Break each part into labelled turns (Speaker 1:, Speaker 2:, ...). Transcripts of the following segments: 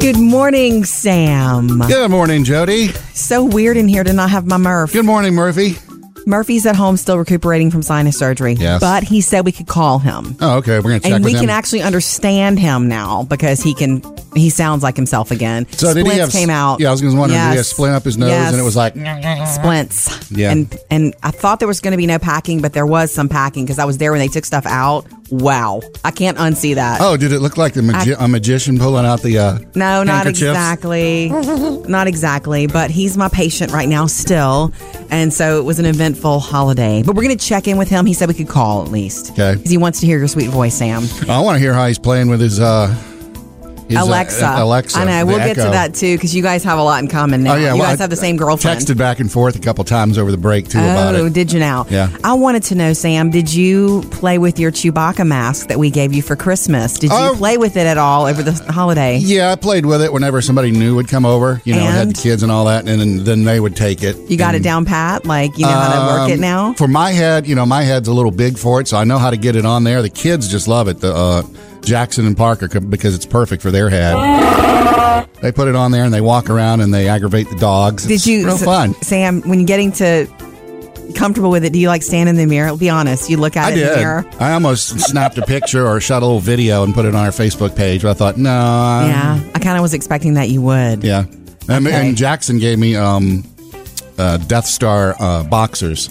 Speaker 1: Good morning, Sam.
Speaker 2: Good morning, Jody.
Speaker 1: So weird in here to not have my Murph.
Speaker 2: Good morning, Murphy.
Speaker 1: Murphy's at home still recuperating from sinus surgery.
Speaker 2: Yes.
Speaker 1: But he said we could call him.
Speaker 2: Oh, okay. We're gonna check
Speaker 1: and we
Speaker 2: with
Speaker 1: can
Speaker 2: him.
Speaker 1: actually understand him now because he can he sounds like himself again.
Speaker 2: so
Speaker 1: Splints
Speaker 2: did he have?
Speaker 1: came out.
Speaker 2: Yeah, I was gonna wonder. Did he have
Speaker 1: Yes.
Speaker 2: splint up his nose,
Speaker 1: Yes.
Speaker 2: and it was like,
Speaker 1: splints.
Speaker 2: Yeah.
Speaker 1: And and I thought there was going to be no packing, but there was some packing because I was there when they took stuff out. Wow. I can't unsee that.
Speaker 2: oh, did it look like the magi- a magician pulling out the? Uh,
Speaker 1: No, not
Speaker 2: handkerchiefs?
Speaker 1: exactly. not exactly, but he's my patient right now still. And so it was an eventful holiday. But we're going to check in with him. He said we could call at least.
Speaker 2: Okay.
Speaker 1: Because he wants to hear your sweet voice, Sam.
Speaker 2: I want to hear how he's playing with his. Uh, his, uh,
Speaker 1: Alexa.
Speaker 2: Alexa.
Speaker 1: I know.
Speaker 2: the
Speaker 1: We'll get to
Speaker 2: Echo.
Speaker 1: that too because you guys have a lot in common now.
Speaker 2: Oh yeah,
Speaker 1: you
Speaker 2: well,
Speaker 1: guys
Speaker 2: I
Speaker 1: have the same girlfriend.
Speaker 2: Texted back and forth a couple times over the break too about
Speaker 1: Oh,
Speaker 2: it.
Speaker 1: did you now?
Speaker 2: Yeah.
Speaker 1: I wanted to know, Sam, did you play with your Chewbacca mask that we gave you for Christmas? Did you
Speaker 2: Oh.
Speaker 1: play with it at all over the holiday?
Speaker 2: Yeah, I played with it whenever somebody new would come over. You know, it had
Speaker 1: And?
Speaker 2: the kids and all that, and then, then they would take it.
Speaker 1: You got it
Speaker 2: And,
Speaker 1: down pat? Like, you know how to work it
Speaker 2: Mm. um,
Speaker 1: now?
Speaker 2: For my head, you know, my head's a little big for it, so I know how to get it on there. The kids just love it. The uh, Jackson and Parker c- because it's perfect for their head. They put it on there and they walk around and they aggravate the dogs.
Speaker 1: Did
Speaker 2: It's
Speaker 1: you,
Speaker 2: real
Speaker 1: S-
Speaker 2: fun?
Speaker 1: Sam? When you're getting to comfortable with it, do you like stand in the mirror? Be honest, you look at
Speaker 2: I
Speaker 1: it in the
Speaker 2: did.
Speaker 1: mirror.
Speaker 2: I almost snapped a picture or shot a little video and put it on our Facebook page. But I thought, no, I-
Speaker 1: yeah, I kind of was expecting that you would.
Speaker 2: Um, Yeah. And,
Speaker 1: Okay.
Speaker 2: and Jackson gave me um, uh, Death Star uh, boxers.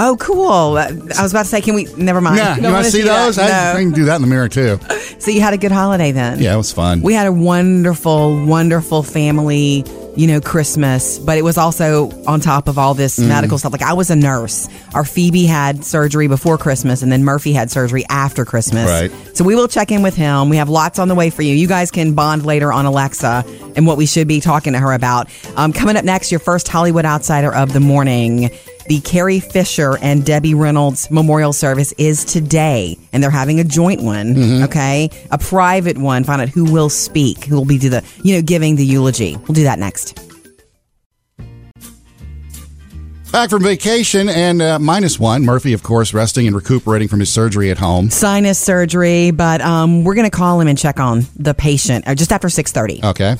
Speaker 1: Oh, cool. Uh, I was about to say, can we? Never mind.
Speaker 2: Yeah,
Speaker 1: Don't
Speaker 2: you want
Speaker 1: wanna
Speaker 2: to see those?
Speaker 1: that.
Speaker 2: I, I
Speaker 1: No.
Speaker 2: can do that in the mirror too.
Speaker 1: So you had a good holiday then.
Speaker 2: Yeah, it was fun.
Speaker 1: We had a wonderful, wonderful family, you know, Christmas, but it was also on top of all
Speaker 2: Mm.
Speaker 1: this medical stuff. Like, I was a nurse. Our Phoebe had surgery before Christmas, and then Murphy had surgery after Christmas.
Speaker 2: Right.
Speaker 1: So we will check in with him. We have lots on the way for you. You guys can bond later on Alexa and what we should be talking to her about. Um, coming up next, your first Hollywood Outsider of the morning. The Carrie Fisher and Debbie Reynolds memorial service is today, and they're having a joint one. Okay, a private one. Find out who will speak, who will be do the you know giving the eulogy. We'll do that next.
Speaker 2: Back from vacation and uh, minus one. Murphy, of course, resting and recuperating from his surgery at home.
Speaker 1: Sinus surgery, but um, we're gonna call him and check on the patient uh, just after six thirty.
Speaker 2: Okay.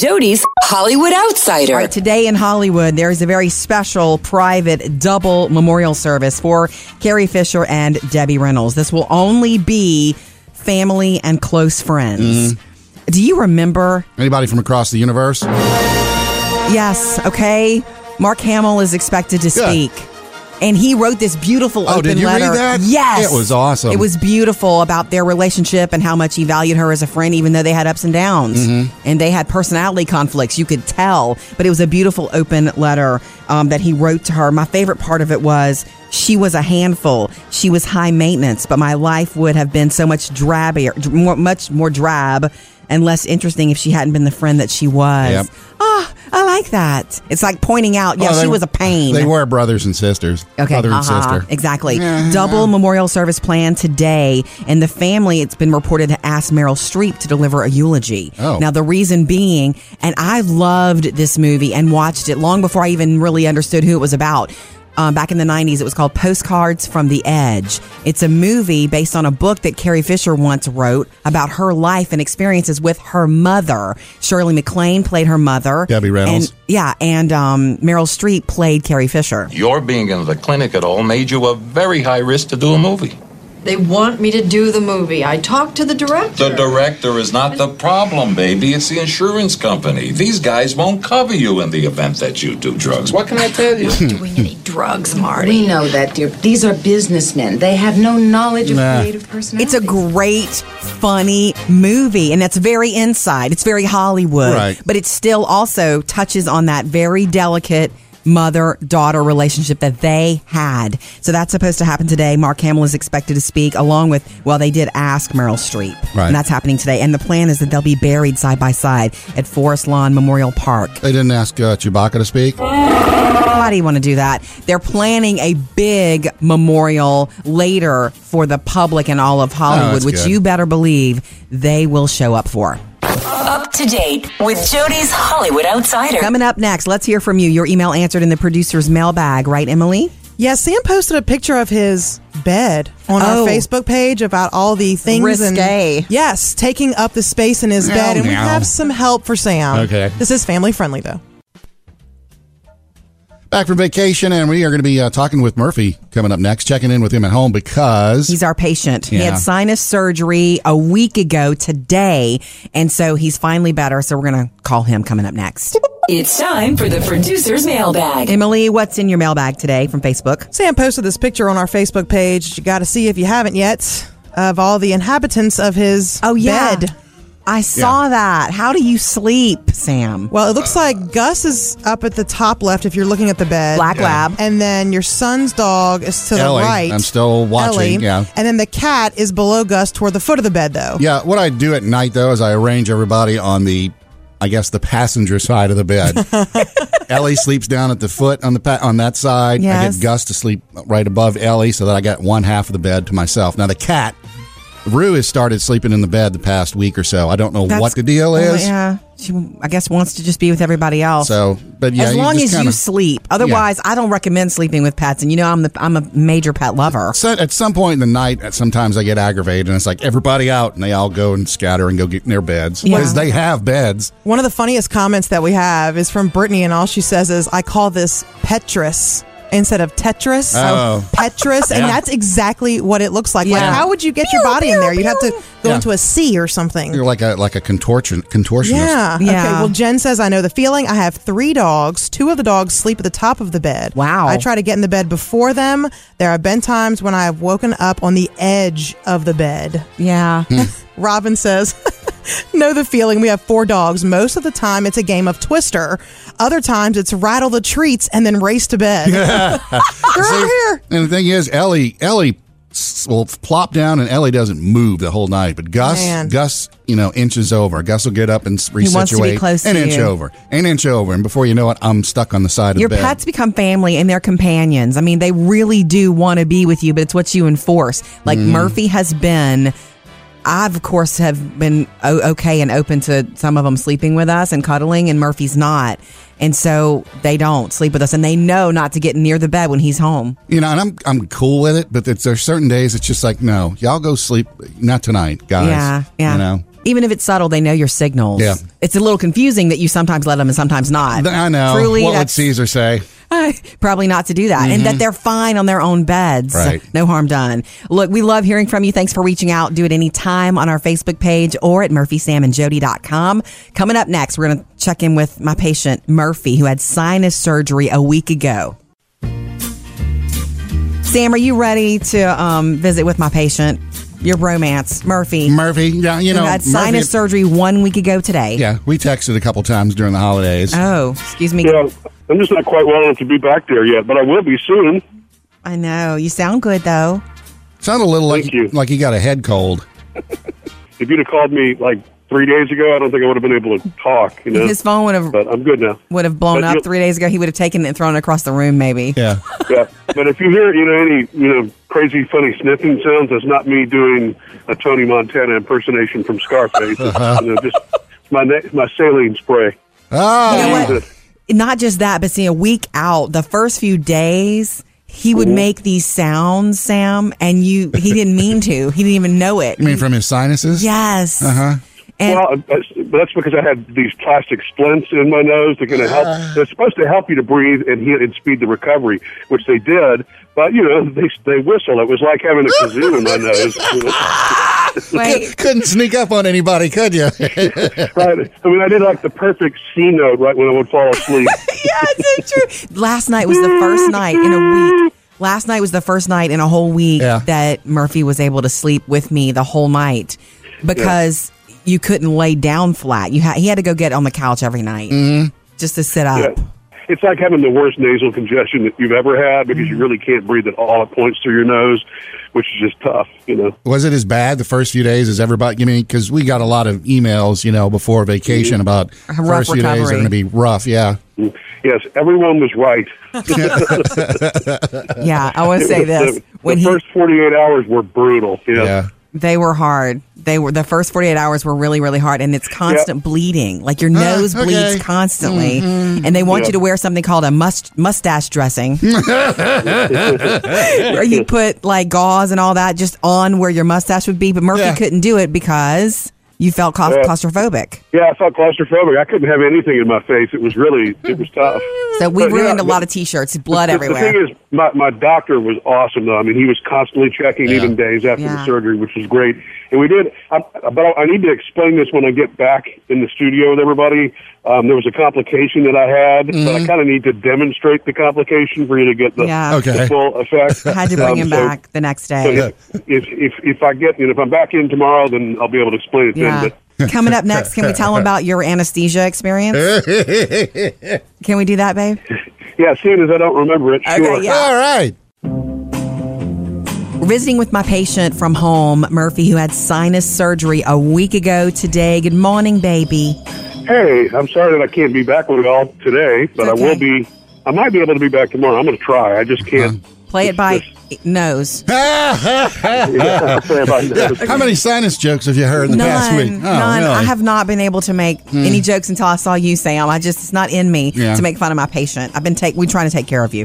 Speaker 3: Jody's Hollywood Outsider.
Speaker 1: All right, today in Hollywood, there is a very special private double memorial service for Carrie Fisher and Debbie Reynolds. This will only be family and close friends.
Speaker 2: Mm-hmm.
Speaker 1: Do you remember?
Speaker 2: Anybody from across the universe?
Speaker 1: Yes, okay. Mark Hamill is expected to
Speaker 2: Yeah.
Speaker 1: speak. And he wrote this beautiful
Speaker 2: Oh,
Speaker 1: open
Speaker 2: did you read
Speaker 1: letter.
Speaker 2: that?
Speaker 1: Yes.
Speaker 2: It was awesome.
Speaker 1: It was beautiful about their relationship and how much he valued her as a friend, even though they had ups and downs.
Speaker 2: Mm-hmm.
Speaker 1: And they had personality conflicts, you could tell. But it was a beautiful open letter um, that he wrote to her. My favorite part of it was she was a handful. She was high maintenance, but my life would have been so much drabbier, dr- more, much more drab and less interesting if she hadn't been the friend that she was.
Speaker 2: Yep.
Speaker 1: Oh, I like that. It's like pointing out, yeah,
Speaker 2: Oh,
Speaker 1: she
Speaker 2: they-
Speaker 1: was a pain.
Speaker 2: They were brothers and sisters.
Speaker 1: Okay.
Speaker 2: Brother and
Speaker 1: uh-huh,
Speaker 2: sister.
Speaker 1: Exactly. Double memorial service plan today, and the family. It's been reported to ask Meryl Streep to deliver a eulogy.
Speaker 2: Oh.
Speaker 1: Now the reason being, and I loved this movie and watched it long before I even really understood who it was about. Um, back in the 90s, it was called Postcards from the Edge. It's a movie based on a book that Carrie Fisher once wrote about her life and experiences with her mother. Shirley MacLaine played her mother.
Speaker 2: Debbie Reynolds.
Speaker 1: And, yeah, and um, Meryl Streep played Carrie Fisher.
Speaker 4: Your being in the clinic at all made you a very high risk to do a movie.
Speaker 5: They want me to do the movie. I talked to the director.
Speaker 4: The director is not the problem, baby. It's the insurance company. These guys won't cover you in the event that you do drugs. What can I tell you?
Speaker 5: doing any drugs, Marty.
Speaker 6: We know that, dear. These are businessmen. They have no knowledge of
Speaker 2: Nah.
Speaker 6: creative personality.
Speaker 1: It's a great, funny movie, and that's very inside. It's very Hollywood,
Speaker 2: Right.
Speaker 1: but it still also touches on that very delicate mother daughter relationship that they had. So that's supposed to happen today. Mark Hamill is expected to speak, along with well, they did ask Meryl Streep,
Speaker 2: Right.
Speaker 1: and that's happening today. And the plan is that they'll be buried side by side at Forest Lawn Memorial Park.
Speaker 2: They didn't ask uh, Chewbacca to speak.
Speaker 1: Why do you want to do that? They're planning a big memorial later for the public and all of Hollywood,
Speaker 2: Oh, that's
Speaker 1: which
Speaker 2: good.
Speaker 1: you better believe they will show up for.
Speaker 3: Up to date with Jody's Hollywood Outsider.
Speaker 1: Coming up next, let's hear from you. Your email answered in the producer's mailbag, right, Emily?
Speaker 7: Yeah, Sam posted a picture of his bed on
Speaker 1: Oh.
Speaker 7: our Facebook page about all the things
Speaker 1: Risque.
Speaker 7: and yes, taking up the space in his
Speaker 2: Meow,
Speaker 7: bed, and we
Speaker 2: meow.
Speaker 7: have some help for Sam.
Speaker 2: Okay.
Speaker 7: this is family friendly though.
Speaker 2: Back from vacation, and we are going to be uh, talking with Murphy coming up next, checking in with him at home because
Speaker 1: He's our patient. He
Speaker 2: Yeah.
Speaker 1: had sinus surgery a week ago today, and so he's finally better. So we're going to call him coming up next.
Speaker 3: It's time for the producer's mailbag.
Speaker 1: Emily, what's in your mailbag today from Facebook?
Speaker 7: Sam posted this picture on our Facebook page. You got to see if you haven't yet of all the inhabitants of his
Speaker 2: Oh,
Speaker 7: bed.
Speaker 1: I saw that. How do you sleep, Sam?
Speaker 7: Well, it looks like Gus is up at the top left if you're looking at the bed.
Speaker 1: Black Lab.
Speaker 7: And then your son's dog is to
Speaker 2: Ellie.
Speaker 7: the right.
Speaker 2: I'm still watching,
Speaker 7: Ellie.
Speaker 2: yeah.
Speaker 7: And then the cat is below Gus toward the foot of the bed, though.
Speaker 2: Yeah, what I do at night though is I arrange everybody on the, I guess the passenger side of the bed. Ellie sleeps down at the foot on the pa- on that side. I
Speaker 1: Yes.
Speaker 2: get Gus to sleep right above Ellie, so that I got one half of the bed to myself. Now the cat, Rue, has started sleeping in the bed the past week or so. I don't know
Speaker 1: That's-
Speaker 2: what the deal
Speaker 1: Well,
Speaker 2: is.
Speaker 1: yeah, she I guess wants to just be with everybody else.
Speaker 2: So, but yeah,
Speaker 1: as long
Speaker 2: you
Speaker 1: as
Speaker 2: just
Speaker 1: you
Speaker 2: kinda-
Speaker 1: sleep. Otherwise, I don't recommend sleeping with pets. And you know, I'm the I'm a major pet lover.
Speaker 2: So at some point in the night, at- sometimes I get aggravated, and it's like everybody out, and they all go and scatter and go get in their beds because
Speaker 1: Yeah.
Speaker 2: they have beds.
Speaker 7: One of the funniest comments that we have is from Brittany, and all she says is, I call this Petrus instead of Tetris.
Speaker 2: Oh.
Speaker 7: Petrus. And
Speaker 2: Yeah.
Speaker 7: that's exactly what it looks like. Like,
Speaker 1: Yeah.
Speaker 7: how would you get your body in there? You'd have to go
Speaker 2: Yeah.
Speaker 7: into a C or something.
Speaker 2: You're like a like a contortion contortionist.
Speaker 7: Yeah. Okay.
Speaker 1: Yeah.
Speaker 7: Well, Jen says, I know the feeling. I have three dogs. Two of the dogs sleep at the top of the bed.
Speaker 1: Wow.
Speaker 7: I try to get in the bed before them. There have been times when I have woken up on the edge of the bed.
Speaker 1: Yeah.
Speaker 2: Hmm.
Speaker 7: Robin says, Know the feeling. We have four dogs. Most of the time, it's a game of Twister. Other times, it's rattle the treats and then race to bed. They're over here.
Speaker 2: And the thing is, Ellie, Ellie s- will plop down, and Ellie doesn't move the whole night. But Gus,
Speaker 7: Man.
Speaker 2: Gus, you know, inches over. Gus will get up and s- resituate,
Speaker 1: wants to be close to
Speaker 2: an
Speaker 1: you.
Speaker 2: inch over, an inch over, and before you know it, I'm stuck on the side of
Speaker 1: Your
Speaker 2: the bed.
Speaker 1: pets become family and they're companions. I mean, they really do want to be with you, but it's what you enforce. Like
Speaker 2: Mm-hmm.
Speaker 1: Murphy has been. I, of course, have been o- okay and open to some of them sleeping with us and cuddling, and Murphy's not. And so they don't sleep with us, and they know not to get near the bed when he's home.
Speaker 2: you know, and I'm I'm cool with it, but it's, there's certain days it's just like, no, y'all go sleep. Not tonight, guys.
Speaker 1: Yeah, yeah.
Speaker 2: You know,
Speaker 1: Even if it's subtle, they know your signals.
Speaker 2: Yeah.
Speaker 1: It's a little confusing that you sometimes let them and sometimes not.
Speaker 2: Th- I know.
Speaker 1: Truly,
Speaker 2: what would
Speaker 1: that's
Speaker 2: Caesar say?
Speaker 1: probably not to do that, and that they're fine on their own beds.
Speaker 2: Right.
Speaker 1: No harm done. Look, we love hearing from you. Thanks for reaching out. Do it anytime on our Facebook page or at murphysamandjody.com. Coming up next, we're going to check in with my patient, Murphy, who had sinus surgery a week ago. Sam, are you ready to um, visit with my patient, your romance, Murphy?
Speaker 2: Murphy, yeah, you know,
Speaker 1: who had
Speaker 2: Murphy-
Speaker 1: sinus surgery one week ago today.
Speaker 2: Yeah, we texted a couple times during the holidays.
Speaker 1: Oh, excuse me.
Speaker 8: Yeah, I'm just not quite well enough to be back there yet, but I will be soon.
Speaker 1: I know. You sound good, though.
Speaker 2: Sounded a little like
Speaker 8: Thank you.
Speaker 2: like he got a head cold.
Speaker 8: If you'd have called me like three days ago, I don't think I would have been able to talk. You know,
Speaker 1: His phone would have
Speaker 8: but I'm good now.
Speaker 1: would have blown
Speaker 8: But
Speaker 1: up
Speaker 8: you-
Speaker 1: three days ago. He would have taken it and thrown it across the room, maybe.
Speaker 2: Yeah.
Speaker 8: Yeah, but if you hear you know any you know crazy funny sniffing sounds, that's not me doing a Tony Montana impersonation from Scarface. It's, you know, just it's my na- my saline spray.
Speaker 2: Oh,
Speaker 1: You know what?
Speaker 8: Jesus.
Speaker 1: Not just that, but see, a week out, the first few days, he
Speaker 8: Mm-hmm.
Speaker 1: would make these sounds, Sam, and you he didn't mean to. He didn't even know it.
Speaker 2: You mean Uh-huh. from his sinuses?
Speaker 1: yes. Uh huh. And
Speaker 8: Well, that's, that's because I had these plastic splints in my nose. They're going to
Speaker 1: Uh.
Speaker 8: help. They're supposed to help you to breathe and heal and speed the recovery, which they did. But you know, they they whistle. It was like having a kazoo in my nose. you know.
Speaker 1: wait,
Speaker 2: Couldn't sneak up on anybody, could you?
Speaker 8: right? I mean, I did like the perfect C note right when I would fall asleep.
Speaker 1: yeah, it's so true. Last night was the first night in a week. Last night was the first night in a whole week
Speaker 2: Yeah.
Speaker 1: that Murphy was able to sleep with me the whole night because you couldn't lay down flat. You ha- he had to go get on the couch every night just to sit up.
Speaker 8: Yeah. It's like having the worst nasal congestion that you've ever had because
Speaker 1: Mm.
Speaker 8: you really can't breathe at all. It points through your nose, which is just tough, you know.
Speaker 2: Was it as bad the first few days as everybody? I mean, because we got a lot of emails, you know, before vacation about
Speaker 1: Mm-hmm. Rough
Speaker 2: first few days are
Speaker 1: recovery.
Speaker 2: going to be rough. Yeah.
Speaker 8: Mm. Yes, everyone was right.
Speaker 1: Yeah, I want to say this
Speaker 8: The,
Speaker 1: when
Speaker 8: the
Speaker 1: he
Speaker 8: first 48 hours were brutal. you know.
Speaker 2: Yeah.
Speaker 1: they were hard. They were the first 48 hours were really really hard and it's constant bleeding. Like
Speaker 8: Ah,
Speaker 1: your nose
Speaker 2: okay.
Speaker 1: bleeds constantly and they want
Speaker 8: Yeah.
Speaker 1: you to wear something called a must mustache dressing. where you put like gauze and all that just on where your mustache would be, but Murphy
Speaker 2: Yeah.
Speaker 1: couldn't do it because you felt cla-
Speaker 8: Yeah.
Speaker 1: claustrophobic.
Speaker 8: Yeah, I felt claustrophobic. I couldn't have anything in my face. It was really, it was tough.
Speaker 1: So we
Speaker 8: But, yeah,
Speaker 1: ruined a
Speaker 8: but-
Speaker 1: lot of t-shirts, blood
Speaker 8: the, The
Speaker 1: everywhere.
Speaker 8: thing is, my, my doctor was awesome, though. I mean, he was constantly checking,
Speaker 2: Yeah.
Speaker 8: even days after
Speaker 1: Yeah.
Speaker 8: the surgery, which was great. And we did, I, but I, I need to explain this when I get back in the studio with everybody. Um, there was a complication that I had, but I kind of need to demonstrate the complication for you to get the,
Speaker 1: Mm-hmm. Yeah.
Speaker 2: Okay.
Speaker 8: the full effect.
Speaker 1: Had to bring
Speaker 8: Um,
Speaker 1: him
Speaker 8: so-
Speaker 1: back the next
Speaker 8: So
Speaker 1: day.
Speaker 8: if, if if I get you know, if I'm back in tomorrow, then I'll be able to explain it
Speaker 1: Yeah.
Speaker 8: then. But
Speaker 1: Coming up next, can we tell him about your anesthesia experience? Can we do that, babe?
Speaker 8: yeah, seeing as I don't remember it,
Speaker 1: Okay,
Speaker 8: sure.
Speaker 1: yeah.
Speaker 2: All right.
Speaker 1: We're visiting with my patient from home, Murphy, who had sinus surgery a week ago today. Good morning, baby.
Speaker 8: Hey, I'm sorry that I can't be back with y'all today, but
Speaker 1: okay.
Speaker 8: I will be. I might be able to be back tomorrow. I'm going to try. I just can't.
Speaker 1: Play it by nose.
Speaker 8: I'll say about that.
Speaker 2: How many sinus jokes have you heard in the past
Speaker 1: None,
Speaker 2: week? Oh,
Speaker 1: none.
Speaker 2: really? Hmm.
Speaker 1: I have not been able to make any jokes until I saw you, Sam. I just it's not in me
Speaker 2: Yeah.
Speaker 1: to make fun of my patient. I've been take we're trying to take care of you,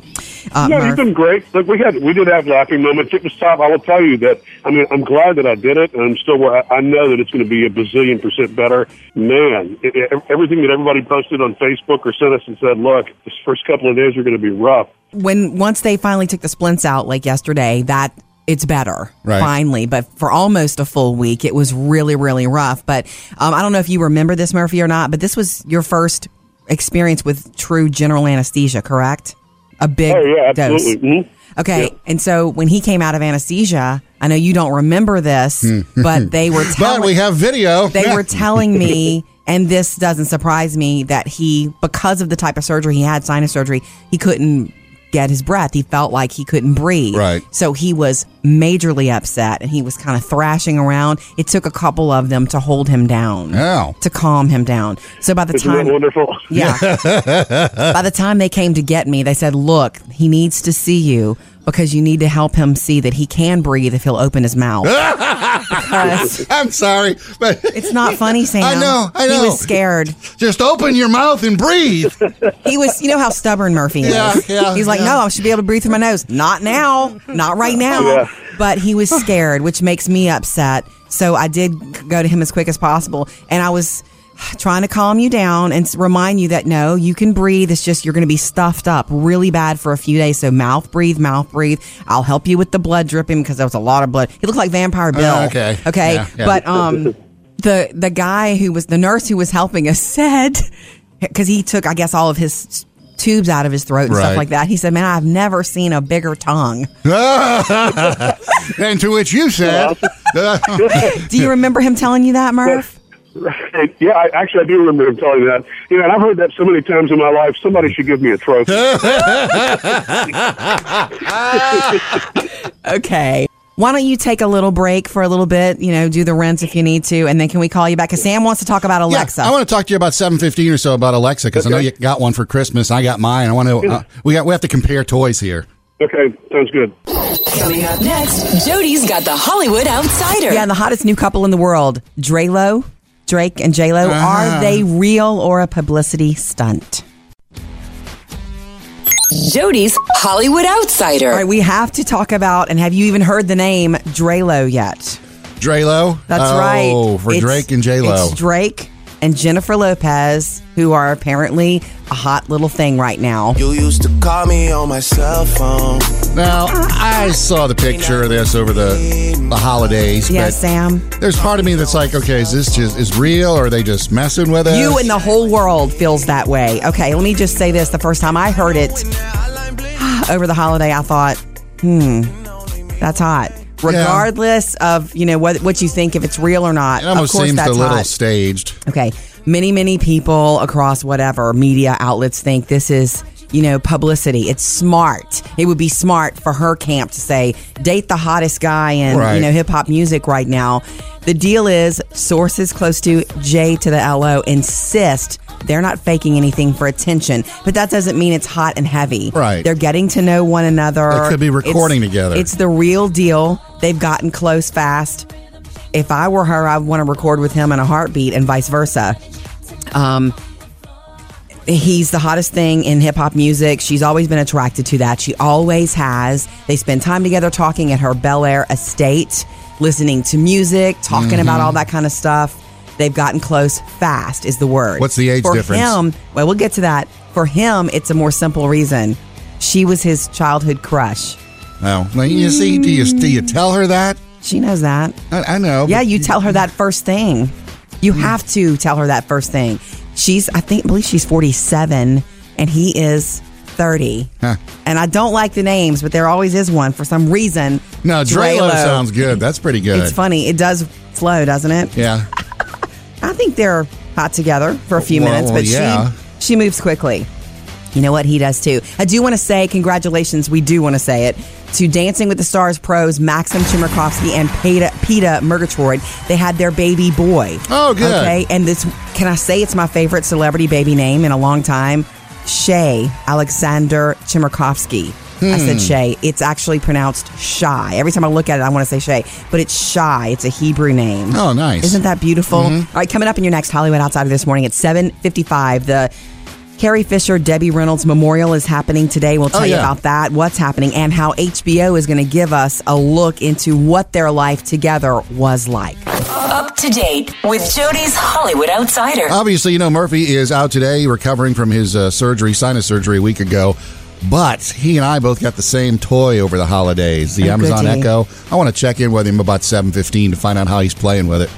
Speaker 1: uh,
Speaker 8: No,
Speaker 1: Murph.
Speaker 8: you've been great. Look, we had we did have laughing moments. It was tough. I will tell you that. I mean, I'm glad that I did it, and I'm still. where I I know that it's going to be a bazillion percent better. Man, it, it, everything that everybody posted on Facebook or sent us and said, "Look, this first couple of days are going to be rough."
Speaker 1: When once they finally took the splints out, like yesterday, that it's better
Speaker 2: Right.
Speaker 1: finally. But for almost a full week, it was really really rough. But um, I don't know if you remember this, Murphy, or not. But this was your first experience with true general anesthesia, correct? A big
Speaker 8: Oh yeah,
Speaker 1: dose.
Speaker 8: absolutely. Mhm.
Speaker 1: Okay, and so when he came out of anesthesia, I know you don't remember this, but they were telling
Speaker 2: Hmm. But we have video.
Speaker 1: they were telling me, and this doesn't surprise me, that he because of the type of surgery he had, sinus surgery, he couldn't get his breath. He felt like he couldn't breathe.
Speaker 2: Right.
Speaker 1: So he was majorly upset, and he was kind of thrashing around. It took a couple of them to hold him down.
Speaker 2: Ow.
Speaker 1: To calm him down. So by the
Speaker 8: Isn't
Speaker 1: time
Speaker 8: that wonderful?
Speaker 1: yeah. By the time they came to get me, they said, Look, he needs to see you because you need to help him see that he can breathe if he'll open his mouth. Because
Speaker 2: I'm sorry, but
Speaker 1: it's not funny, Sam.
Speaker 2: I know, I know.
Speaker 1: He was scared.
Speaker 2: just open your mouth and breathe.
Speaker 1: He was, you know how stubborn Murphy is.
Speaker 2: Yeah, yeah,
Speaker 1: He's like,
Speaker 2: yeah.
Speaker 1: No, I should be able to breathe through my nose. Not now. Not right now.
Speaker 8: Yeah.
Speaker 1: But he was scared, which makes me upset. So I did go to him as quick as possible. And I was. Trying to calm you down and s- remind you that no, you can breathe. It's just you're going to be stuffed up really bad for a few days. So mouth breathe, mouth breathe. I'll help you with the blood dripping because there was a lot of blood. He looked like Vampire Bill.
Speaker 2: Oh, okay.
Speaker 1: Okay.
Speaker 2: Yeah, yeah.
Speaker 1: But um, the the guy who was the nurse who was helping us said because he took I guess all of his tubes out of his throat and
Speaker 2: Right.
Speaker 1: stuff like that. He said, "Man, I've never seen a bigger tongue."
Speaker 2: and to which you said,
Speaker 1: Do you remember him telling you that, Murph?
Speaker 8: Right. Yeah, I, actually, I do remember him telling that. You know, and I've heard that so many times in my life. Somebody should give me a trophy.
Speaker 1: Okay. Why don't you take a little break for a little bit? You know, do the rents if you need to, and then can we call you back? Because Sam wants to talk about Alexa.
Speaker 2: Yeah, I want to talk to you about seven fifteen or so about Alexa because I know you got one for Christmas. I got mine. I want to. Uh, we got. We have to compare toys here.
Speaker 8: okay, sounds good.
Speaker 3: Coming up next, Jody's got the Hollywood Outsider.
Speaker 1: yeah, and the hottest new couple in the world, Drelo, Drake and J Lo,
Speaker 2: Ah.
Speaker 1: are they real or a publicity stunt?
Speaker 3: Jody's Hollywood Outsider.
Speaker 1: All right, we have to talk about, and have you even heard the name Drelo yet?
Speaker 2: Drelo.
Speaker 1: That's
Speaker 2: oh,
Speaker 1: right.
Speaker 2: for
Speaker 1: It's-
Speaker 2: Drake and J Lo.
Speaker 1: It's Drake and Jennifer Lopez, who are apparently a hot little thing right now.
Speaker 9: You used to call me on my cell phone.
Speaker 2: Now I saw the picture of this over the the holidays.
Speaker 1: Yeah,
Speaker 2: but
Speaker 1: Sam.
Speaker 2: There's part of me that's like, okay, is this just is real or are they just messing with us?
Speaker 1: You and the whole world feels that way. Okay, let me just say this. The first time I heard it over the holiday, I thought, hmm, that's hot. Regardless of, you know, what what you think, if it's real or not.
Speaker 2: it almost
Speaker 1: of course
Speaker 2: seems
Speaker 1: that's
Speaker 2: a little
Speaker 1: hot.
Speaker 2: staged.
Speaker 1: Okay. Many, many people across whatever media outlets think this is, you know, publicity. It's smart. It would be smart for her camp to say, date the hottest guy in,
Speaker 2: Right.
Speaker 1: you know, hip hop music right now. The deal is sources close to J to the LO insist they're not faking anything for attention, but that doesn't mean it's hot and heavy.
Speaker 2: Right.
Speaker 1: They're getting to know one another.
Speaker 2: They could be recording
Speaker 1: It's-
Speaker 2: together.
Speaker 1: It's the real deal. They've gotten close fast. if I were her, I'd want to record with him in a heartbeat and vice versa. Um, he's the hottest thing in hip hop music. She's always been attracted to that. She always has. They spend time together talking at her Bel Air estate, listening to music, talking about
Speaker 2: Mm-hmm.
Speaker 1: all that kind of stuff. They've gotten close fast is the word.
Speaker 2: What's the age
Speaker 1: For
Speaker 2: difference?
Speaker 1: Him, well, we'll get to that. For him, it's a more simple reason. She was his childhood crush.
Speaker 2: Oh, well, you see, do you, do you tell her that?
Speaker 1: She knows that.
Speaker 2: I, I know.
Speaker 1: Yeah,
Speaker 2: but
Speaker 1: you tell her that first thing.
Speaker 2: Hmm.
Speaker 1: You have to tell her that first thing. She's, I think, I believe she's 47 and he is 30.
Speaker 2: Huh.
Speaker 1: And I don't like the names, but there always is one for some reason.
Speaker 2: No, Dre
Speaker 1: Dre Lo.
Speaker 2: Lo sounds good. That's pretty good.
Speaker 1: It's funny. It does flow, doesn't it?
Speaker 2: Yeah.
Speaker 1: I think they're hot together for a few
Speaker 2: Well,
Speaker 1: minutes, but
Speaker 2: yeah.
Speaker 1: she she moves quickly. You know what? He does too. I do want to say congratulations. We do want to say it to Dancing with the Stars pros Maxim Chimerkovsky and Peta, Peta Murgatroyd. They had their baby boy.
Speaker 2: Oh, good.
Speaker 1: Okay, and this can I say it's my favorite celebrity baby name in a long time? Shay Alexander Chimerkovsky. I
Speaker 2: Hmm.
Speaker 1: said Shay. It's actually pronounced Shy. Every time I look at it, I want to say Shay, but it's Shy. It's a Hebrew name.
Speaker 2: Oh, nice.
Speaker 1: Isn't that beautiful?
Speaker 2: Mm-hmm.
Speaker 1: All right, coming up in your next Hollywood Outsider this morning at 7.55, the Carrie Fisher, Debbie Reynolds Memorial is happening today. We'll tell
Speaker 2: Oh,
Speaker 1: you
Speaker 2: yeah.
Speaker 1: about that, what's happening, and how HBO is going to give us a look into what their life together was like.
Speaker 3: Up to date with Jody's Hollywood Outsider.
Speaker 2: Obviously, you know, Murphy is out today recovering from his uh, surgery, sinus surgery a week ago. But he and I both got the same toy over the holidays, the
Speaker 1: Oh,
Speaker 2: Amazon
Speaker 1: goody.
Speaker 2: Echo. I want to check in with him about 7:15 to find out how he's playing with it.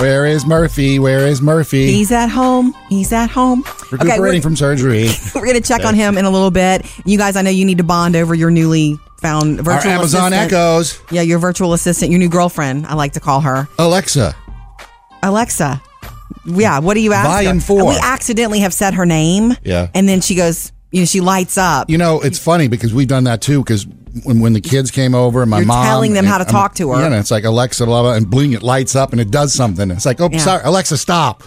Speaker 2: Where is Murphy? Where is Murphy?
Speaker 1: He's at home. He's at home.
Speaker 2: recuperating
Speaker 1: we're,
Speaker 2: from surgery.
Speaker 1: we're going to check on him in a little bit. You guys, I know you need to bond over your newly found virtual
Speaker 2: Our Amazon
Speaker 1: assistant.
Speaker 2: Echoes.
Speaker 1: Yeah, your virtual assistant, your new girlfriend, I like to call her.
Speaker 2: Alexa.
Speaker 1: Alexa. Yeah, what do you ask?
Speaker 2: Volume
Speaker 1: her?
Speaker 2: four.
Speaker 1: We accidentally have said her name.
Speaker 2: Yeah.
Speaker 1: And then she goes, you know, she lights up.
Speaker 2: You know, it's funny because we've done that too. Because when, when the kids came over, and my
Speaker 1: You're
Speaker 2: mom
Speaker 1: telling them
Speaker 2: and
Speaker 1: how to talk to her.
Speaker 2: Yeah, and it's like Alexa, blah blah, and bling, it lights up and it does something. It's like, oh,
Speaker 1: Yeah.
Speaker 2: sorry, Alexa, stop.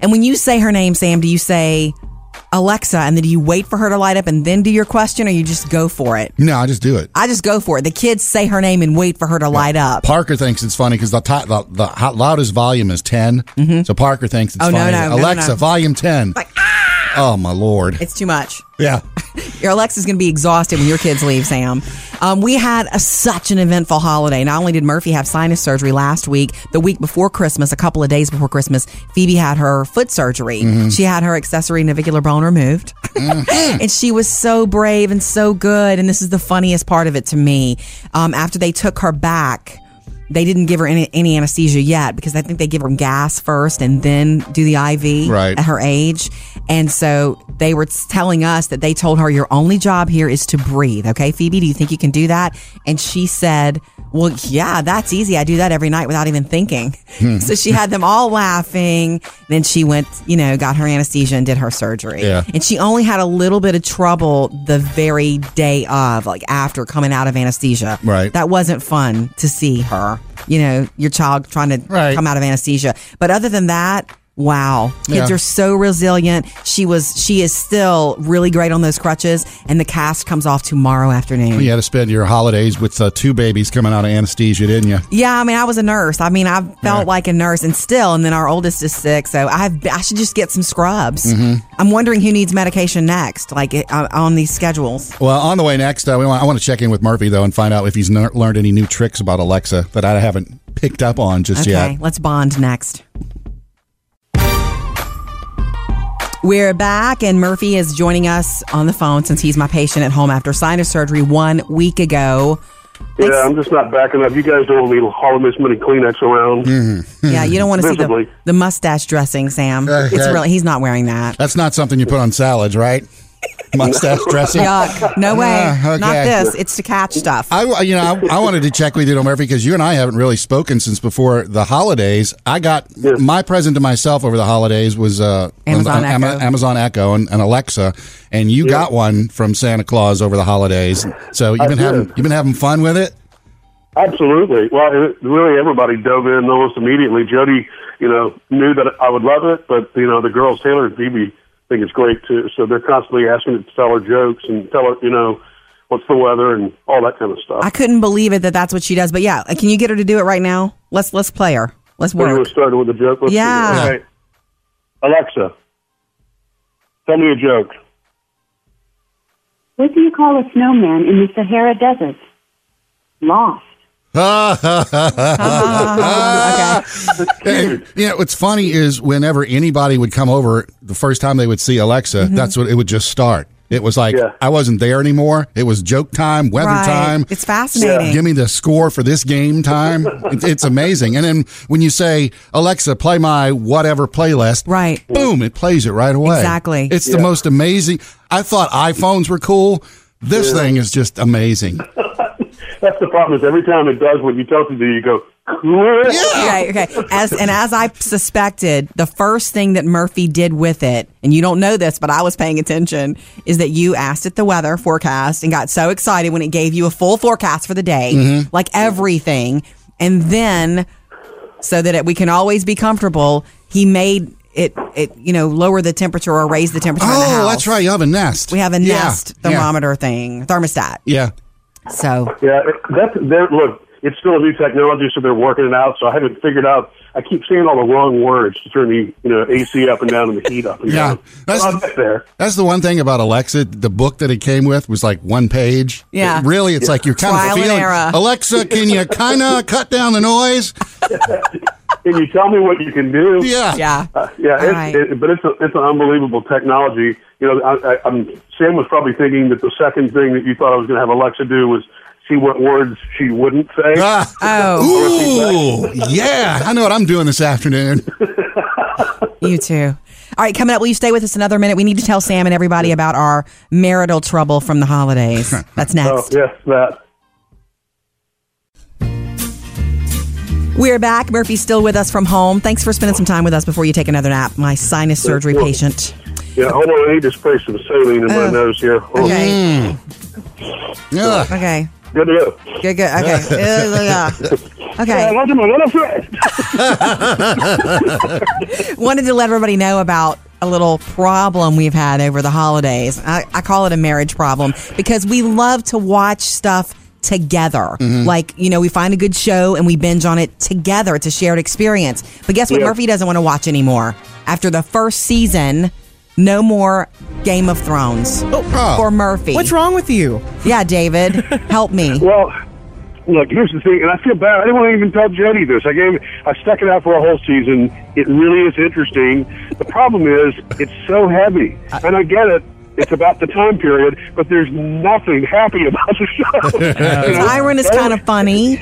Speaker 1: And when you say her name, Sam, do you say Alexa and then do you wait for her to light up and then do your question or you just go for it?
Speaker 2: No, I just do it.
Speaker 1: I just go for it. The kids say her name and wait for her to light up.
Speaker 2: Parker thinks it's funny because the, to- the the ho- loudest volume is 10 So Parker thinks it's
Speaker 1: Mm-hmm. Oh, no,
Speaker 2: funny.
Speaker 1: no, no,
Speaker 2: Alexa,
Speaker 1: no. ah!
Speaker 2: volume ten. Oh my lord.
Speaker 1: It's too much.
Speaker 2: yeah.
Speaker 1: Your Alexa's going to be exhausted when your kids leave, Sam. Um, we had a, such an eventful holiday. Not only did Murphy have sinus surgery last week, the week before Christmas, a couple of days before Christmas, Phoebe had her foot surgery. She had her accessory navicular bone removed. and she was so brave and so good. And this is the funniest part of it to me. Um, after they took her back, they didn't give her any, any anesthesia yet because I think they give her gas first and then do the IV
Speaker 2: Right.
Speaker 1: at her age. And so they were telling us that they told her, Your only job here is to breathe. Okay, Phoebe, do you think you can do that? And she said, Well, yeah, that's easy. I do that every night without even thinking.
Speaker 2: Hmm.
Speaker 1: so she had them all laughing. Then she went, you know, got her anesthesia and did her surgery.
Speaker 2: Yeah.
Speaker 1: And she only had a little bit of trouble the very day of, like after coming out of anesthesia.
Speaker 2: Right.
Speaker 1: That wasn't fun to see her, you know, your child trying to
Speaker 2: Right.
Speaker 1: come out of anesthesia. But other than that, wow. Kids
Speaker 2: Yeah.
Speaker 1: are so resilient. She was she is still really great on those crutches and the cast comes off tomorrow afternoon.
Speaker 2: You had to spend your holidays with uh, two babies coming out of anesthesia, didn't you?
Speaker 1: Yeah, I mean, I was a nurse. I mean, I felt
Speaker 2: Yeah.
Speaker 1: like a nurse, and still, and then our oldest is sick, so I've I should just get some scrubs.
Speaker 2: Mm-hmm.
Speaker 1: I'm wondering who needs medication next, like it- uh, on these schedules.
Speaker 2: Well, on the way next, uh, we want, I want to check in with Murphy though and find out if he's ner- learned any new tricks about Alexa that I haven't picked up on just
Speaker 1: Okay,
Speaker 2: yet.
Speaker 1: let's bond next. We're back, and Murphy is joining us on the phone since he's my patient at home after sinus surgery one week ago.
Speaker 8: Yeah, I'm just not backing up. You guys don't want me hauling this many Kleenex around.
Speaker 1: Yeah, you don't want to see the,
Speaker 8: Visibly.
Speaker 1: the mustache dressing, Sam. Um, It's
Speaker 2: Okay.
Speaker 1: really he's not wearing that.
Speaker 2: That's not something you put on salads, right? Mustache dressing.
Speaker 1: Yuck. No way.
Speaker 2: Yeah, Uh, okay.
Speaker 1: Not this. It's to catch stuff.
Speaker 2: I, you know, I, I wanted to check with you, Murphy, because you and I haven't really spoken since before the holidays. I got
Speaker 8: Yes.
Speaker 2: my present to myself over the holidays was uh,
Speaker 1: Amazon
Speaker 2: Ama-
Speaker 1: Echo.
Speaker 2: Amazon Echo and, and Alexa, and you got one from Santa Claus over the holidays. So you've
Speaker 8: I
Speaker 2: been having
Speaker 8: did.
Speaker 2: you've been having fun with it.
Speaker 8: Absolutely. Well, it, really, everybody dove in almost immediately. Jody, you know, knew that I would love it, but you know, the girls, Taylor and Phoebe, think it's great too. So they're constantly asking to tell her jokes and tell her, you know, what's the weather and all that kind of stuff.
Speaker 1: I couldn't believe it that that's what she does. But yeah, can you get her to do it right now? Let's let's play her. Let's
Speaker 8: So you were
Speaker 1: work.
Speaker 8: starting with a joke. Let's do
Speaker 1: Yeah.
Speaker 8: that. Okay. Alexa, tell me a joke.
Speaker 10: What do you call a snowman in the Sahara Desert? Lost.
Speaker 2: And, you know, what's funny is whenever anybody would come over, the first time they would see Alexa,
Speaker 1: Mm-hmm.
Speaker 2: that's what it would just start. It was like,
Speaker 8: Yeah.
Speaker 2: I wasn't there anymore. It was joke time, weather
Speaker 1: Right.
Speaker 2: time.
Speaker 1: It's fascinating.
Speaker 2: Give me the score for this game time. It- it's amazing. And then when you say, Alexa, play my whatever playlist,
Speaker 1: Right.
Speaker 2: boom, it plays it right away.
Speaker 1: Exactly.
Speaker 2: It's the most amazing. I thought iPhones were cool. This thing is just amazing.
Speaker 8: That's the problem is every time it does what you tell it to do, you go, cool.
Speaker 1: Okay, okay. As and as I suspected, the first thing that Murphy did with it, and you don't know this, but I was paying attention, is that you asked it the weather forecast and got so excited when it gave you a full forecast for the day,
Speaker 2: Mm-hmm.
Speaker 1: like everything, and then so that it, we can always be comfortable, he made it it you know lower the temperature or raise the temperature. in the
Speaker 2: Oh,
Speaker 1: house.
Speaker 2: that's right. You have a nest.
Speaker 1: We have a
Speaker 2: Yeah,
Speaker 1: Nest
Speaker 2: yeah,
Speaker 1: thermometer thing, thermostat.
Speaker 2: Yeah.
Speaker 1: So
Speaker 8: Yeah, that's there. Look, it's still a new technology, so they're working it out. So I haven't figured out. I keep saying all the wrong words to turn the you know AC up and down and the heat up and
Speaker 2: Yeah.
Speaker 8: down. But I'll get there.
Speaker 2: That's the one thing about Alexa. The book that it came with was like one page.
Speaker 1: Yeah.
Speaker 2: It really, it's like you're kind
Speaker 1: Trial
Speaker 2: of
Speaker 1: and
Speaker 2: feeling.
Speaker 1: error.
Speaker 2: Alexa, can you kind of cut down the noise?
Speaker 8: Can you tell me what you can do?
Speaker 2: Yeah.
Speaker 1: yeah,
Speaker 8: Uh, yeah,
Speaker 1: All
Speaker 8: it's,
Speaker 1: right.
Speaker 8: it, but it's a, it's an unbelievable technology. You know, I, I, I'm Sam was probably thinking that the second thing that you thought I was going to have Alexa do was see what words she wouldn't say.
Speaker 2: Ah.
Speaker 1: Oh.
Speaker 2: Ooh. Yeah. I know what I'm doing this afternoon.
Speaker 1: You too. All right, coming up, will you stay with us another minute? We need to tell Sam and everybody about our marital trouble from the holidays. That's
Speaker 8: Oh,
Speaker 1: next.
Speaker 8: yes, that.
Speaker 1: We're back. Murphy's still with us from home. Thanks for spending some time with us before you take another nap. My sinus surgery
Speaker 8: Sure.
Speaker 1: patient.
Speaker 8: Yeah, hold on. I need to spray some saline in my
Speaker 1: Ugh.
Speaker 8: nose here. Hold on.
Speaker 1: Okay.
Speaker 2: Yeah.
Speaker 1: Okay.
Speaker 8: Good to go.
Speaker 1: Good, good. Okay.
Speaker 8: Yeah,
Speaker 1: okay.
Speaker 8: let them- let them fly.
Speaker 1: Wanted to let everybody know about a little problem we've had over the holidays. I, I call it a marriage problem because we love to watch stuff together. Like, you know, we find a good show and we binge on it together. It's a shared experience. But guess what?
Speaker 8: Yeah.
Speaker 1: Murphy doesn't want to watch anymore. After the first season, no more Game of Thrones
Speaker 2: Oh.
Speaker 1: for Murphy.
Speaker 7: What's wrong with you?
Speaker 1: Yeah, David, help me.
Speaker 8: Well, look, here's the thing, and I feel bad. I didn't want to even tell Jody this. I gave, I stuck it out for a whole season. It really is interesting. The problem is, it's so heavy, and I get it. It's about the time period, but there's nothing happy about the show. You know,
Speaker 1: Siren is kind of Oh, funny.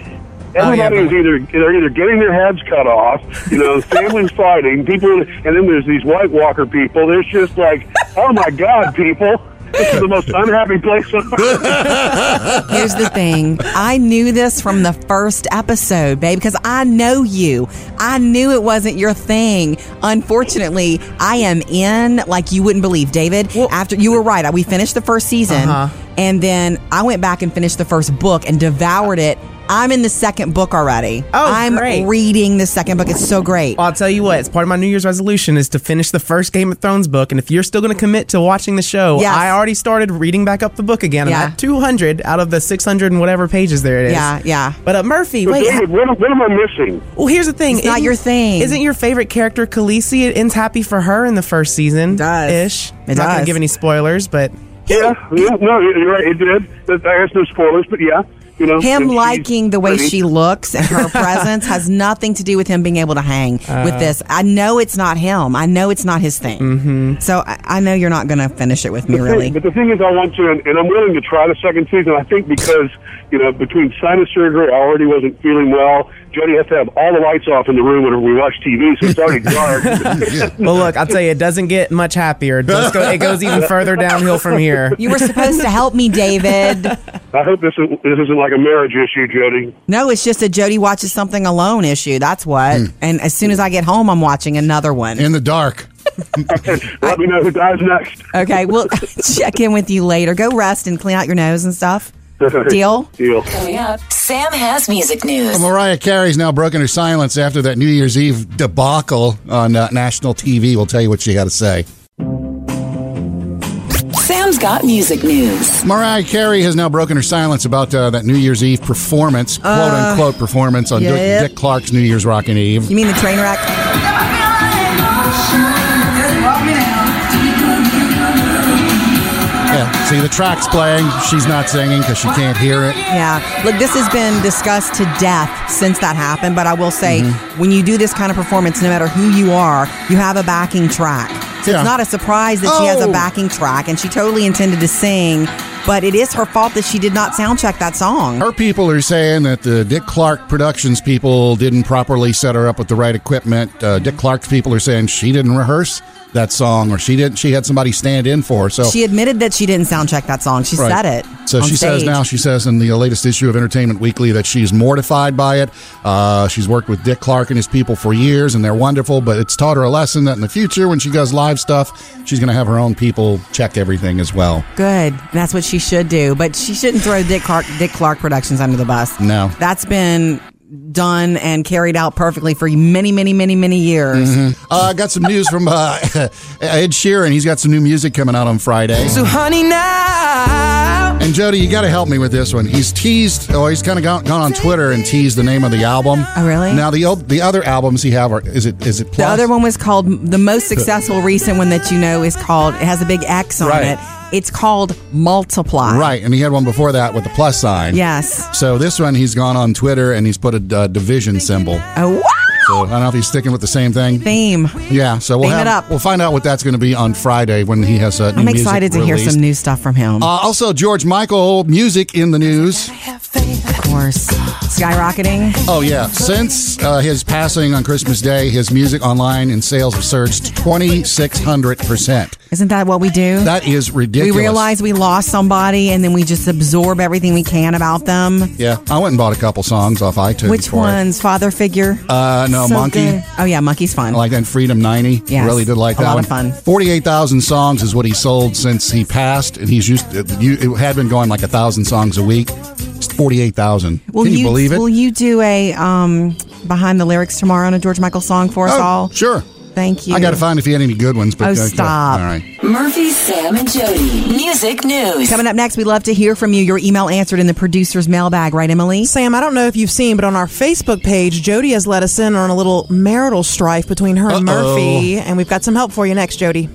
Speaker 8: Everybody is either they're either getting their heads cut off, you know, families fighting, people, and then there's these White Walker people. There's just like, oh my God, people, this is the most unhappy place on earth.
Speaker 1: Here's the thing. I knew this from the first episode, babe, because I know you. I knew it wasn't your thing. Unfortunately, I am in like you wouldn't believe, David. after you were right, we finished the first season,
Speaker 11: Uh-huh.
Speaker 1: and then I went back and finished the first book and devoured it. I'm in the second book already.
Speaker 11: Oh,
Speaker 1: I'm
Speaker 11: great.
Speaker 1: reading the second book. It's so great.
Speaker 11: Well, I'll tell you what, it's part of my New Year's resolution is to finish the first Game of Thrones book. And if you're still going to commit to watching the show,
Speaker 1: Yes.
Speaker 11: I already started reading back up the book again.
Speaker 1: Yeah.
Speaker 11: I'm at 200 out of the 600 and whatever pages there it is.
Speaker 1: Yeah, yeah.
Speaker 11: But uh, Murphy, wait.
Speaker 8: David, what, am- what am I missing?
Speaker 11: Well, here's the thing.
Speaker 1: It's not
Speaker 11: Isn't-
Speaker 1: your thing.
Speaker 11: Isn't your favorite character Khaleesi? It ends happy for her in the first season.
Speaker 1: does.
Speaker 11: Ish. Not going
Speaker 1: It does.
Speaker 11: to give any spoilers, but
Speaker 8: Yeah, yeah, no, you're right. It did. That- I guess no spoilers, but yeah, you know,
Speaker 1: Him
Speaker 8: and she's
Speaker 1: liking the way
Speaker 8: pretty.
Speaker 1: she looks and her presence has nothing to do with him being able to hang with
Speaker 8: Uh.
Speaker 1: this. I know it's not him. I know it's not his thing. Mm-hmm. So I, I know you're not going to finish it with me, really.
Speaker 8: But the thing is, I want to, and, and I'm willing to try the second season. I think because you know, between sinus surgery, I already wasn't feeling well. Jody has to have all the lights off in the room whenever we watch TV, so it's already dark.
Speaker 11: well, look, I'll tell you, it doesn't get much happier. It Just go, it goes even further downhill from here.
Speaker 1: You were supposed to help me, David.
Speaker 8: I hope this isn't, this isn't like a marriage issue, Jody.
Speaker 1: No, it's just a Jody watches something alone issue. That's what.
Speaker 8: Hmm.
Speaker 1: And as soon as I get home, I'm watching another one.
Speaker 2: In the dark.
Speaker 8: Let me know who dies next.
Speaker 1: okay, we'll check in with you later. Go rest and clean out your nose and stuff. Deal?
Speaker 8: Deal.
Speaker 3: Coming up, Sam has music news.
Speaker 2: Mariah Carey's now broken her silence after that New Year's Eve debacle on uh, national TV. We'll tell you what she had to say.
Speaker 3: Sam's got music news.
Speaker 2: Mariah Carey has now broken her silence about uh, that New Year's Eve performance, quote unquote performance on Dick-
Speaker 1: Uh, yeah.
Speaker 2: Dick, Clark's New Year's Rockin' Eve.
Speaker 1: You mean the train wreck?
Speaker 2: Yeah. See, the track's playing. She's not singing because she can't hear it.
Speaker 1: Yeah. Look, this has been discussed to death since that happened, but I will say
Speaker 2: Mm-hmm.
Speaker 1: when you do this kind of performance, no matter who you are, you have a backing track. So
Speaker 2: Yeah.
Speaker 1: it's not a surprise that she has
Speaker 2: Oh.
Speaker 1: a backing track and she totally intended to sing, but it is her fault that she did not sound check that song.
Speaker 2: Her people are saying that the Dick Clark Productions people didn't properly set her up with the right equipment. Uh, Dick Clark's people are saying she didn't rehearse that song, or she didn't. She had somebody stand in for her. So
Speaker 1: She admitted that she didn't sound check that song. She
Speaker 2: Right.
Speaker 1: said it.
Speaker 2: So
Speaker 1: on
Speaker 2: she says
Speaker 1: stage.
Speaker 2: now, she says in the latest issue of Entertainment Weekly that she's mortified by it. Uh, she's worked with Dick Clark and his people for years, and they're wonderful, but it's taught her a lesson that in the future, when she does live stuff, she's going to have her own people check everything as well.
Speaker 1: Good. That's what she should do. But she shouldn't throw Dick Clark, Dick Clark Productions under the bus.
Speaker 2: No.
Speaker 1: That's been done and carried out perfectly for many, many, many, many years.
Speaker 2: Uh, got some news from uh, Ed Sheeran. He's got some new music coming out on Friday.
Speaker 12: So, honey, now.
Speaker 2: And Jody, you got to help me with this one. He's teased, or he's kind of gone, gone on Twitter and teased the name of the album. Oh,
Speaker 1: really?
Speaker 2: Now the o- the other albums he have are is it is it
Speaker 1: The
Speaker 2: plus?
Speaker 1: other one was called the most successful recent one that you know is called. It has a big X on
Speaker 2: Right.
Speaker 1: it. It's called Multiply.
Speaker 2: Right, and he had one before that with the plus sign.
Speaker 1: Yes.
Speaker 2: So this one, he's gone on Twitter and he's put a uh, division symbol.
Speaker 1: Oh, wow.
Speaker 2: So I don't know if he's sticking with the same thing.
Speaker 1: Theme.
Speaker 2: Yeah. So we'll
Speaker 1: Theme
Speaker 2: have,
Speaker 1: it up.
Speaker 2: we'll find out what that's going to be on Friday when he has uh, new
Speaker 1: I'm excited to
Speaker 2: music
Speaker 1: hear
Speaker 2: released.
Speaker 1: some new stuff from him.
Speaker 2: Uh, also, George Michael music in the news.
Speaker 1: of course, skyrocketing.
Speaker 2: Oh yeah! Since uh, his passing on Christmas Day, his music online and sales have surged twenty six hundred percent.
Speaker 1: Isn't that what we do?
Speaker 2: That is ridiculous.
Speaker 1: We realize we lost somebody, and then we just absorb everything we can about them.
Speaker 2: Yeah, I went and bought a couple songs off iTunes.
Speaker 1: Which
Speaker 2: for it.
Speaker 1: ones? Father figure.
Speaker 2: Uh, no,
Speaker 1: So
Speaker 2: Monkey.
Speaker 1: good. Oh yeah, monkey's fun.
Speaker 2: I like that Freedom 90.
Speaker 1: Yes.
Speaker 2: Really did like
Speaker 1: A
Speaker 2: that
Speaker 1: lot
Speaker 2: one.
Speaker 1: of fun.
Speaker 2: 48,000 songs is what he sold since he passed, and he's used. It, you- it had been going like a thousand songs a week. It's 48,000.
Speaker 1: Will
Speaker 2: Can you, believe it?
Speaker 1: Will you do a um, behind the lyrics tomorrow on a George Michael song for us
Speaker 2: Oh,
Speaker 1: all?
Speaker 2: Sure.
Speaker 1: Thank you.
Speaker 2: I got to find if he had any good ones. But
Speaker 1: Oh,
Speaker 2: uh, yeah.
Speaker 1: stop.
Speaker 2: All right.
Speaker 3: Murphy, Sam, and Jody. Music news.
Speaker 1: Coming up next, we'd love to hear from you. Your email answered in the producer's mailbag, right, Emily?
Speaker 7: Sam, I don't know if you've seen, but on our Facebook page, Jody has let us in on a little marital strife between her and
Speaker 1: Uh-oh.
Speaker 7: Murphy, and we've got some help for you next, Jody.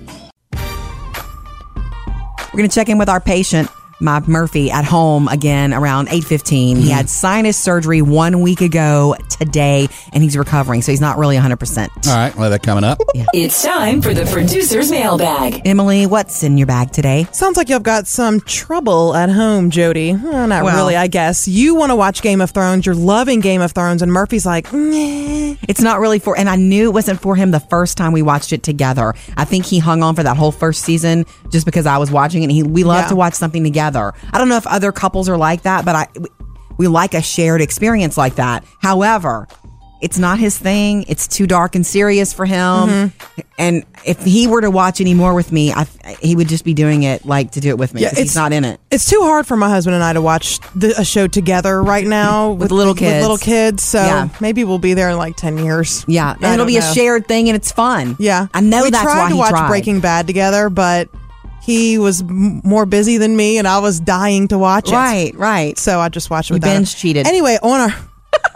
Speaker 1: We're going to check in with our patient, Mike Murphy, at home again around 8.15. He had sinus surgery one week ago today, and he's recovering, so he's not really 100%.
Speaker 2: All right. Well, that coming up.
Speaker 3: It's time for the producer's mailbag.
Speaker 1: Emily, what's in your bag today?
Speaker 7: Sounds like you've got some trouble at home, Jody. Well, not
Speaker 1: Well-
Speaker 7: really, I guess. You want to watch Game of Thrones. You're loving Game of Thrones, and Murphy's like,
Speaker 1: It's not really for, and I knew it wasn't for him the first time we watched it together. I think he hung on for that whole first season just because I was watching it. And he, we love
Speaker 7: Yeah.
Speaker 1: to watch something together. I don't know if other couples are like that, but I, we, we like a shared experience like that. However, it's not his thing. It's too dark and serious for him.
Speaker 7: Mm-hmm.
Speaker 1: And if he were to watch any more with me, I, he would just be doing it like to do it with me.
Speaker 7: Yeah,
Speaker 1: 'cause he's
Speaker 7: it's-
Speaker 1: not in it.
Speaker 7: It's too hard for my husband and I to watch the, a show together right now
Speaker 1: With little kids.
Speaker 7: With little kids, so
Speaker 1: Yeah.
Speaker 7: maybe we'll be there in like ten years.
Speaker 1: Yeah, and it'll be a shared thing, and it's fun.
Speaker 7: Yeah,
Speaker 1: I know
Speaker 7: we
Speaker 1: that's
Speaker 7: tried
Speaker 1: why
Speaker 7: to
Speaker 1: he
Speaker 7: watch
Speaker 1: tried.
Speaker 7: Breaking Bad together, but he was m- more busy than me, and I was dying to watch it.
Speaker 1: Right, right.
Speaker 7: So I just watched it.
Speaker 1: You
Speaker 7: without him.
Speaker 1: binge cheated.
Speaker 7: Anyway, on our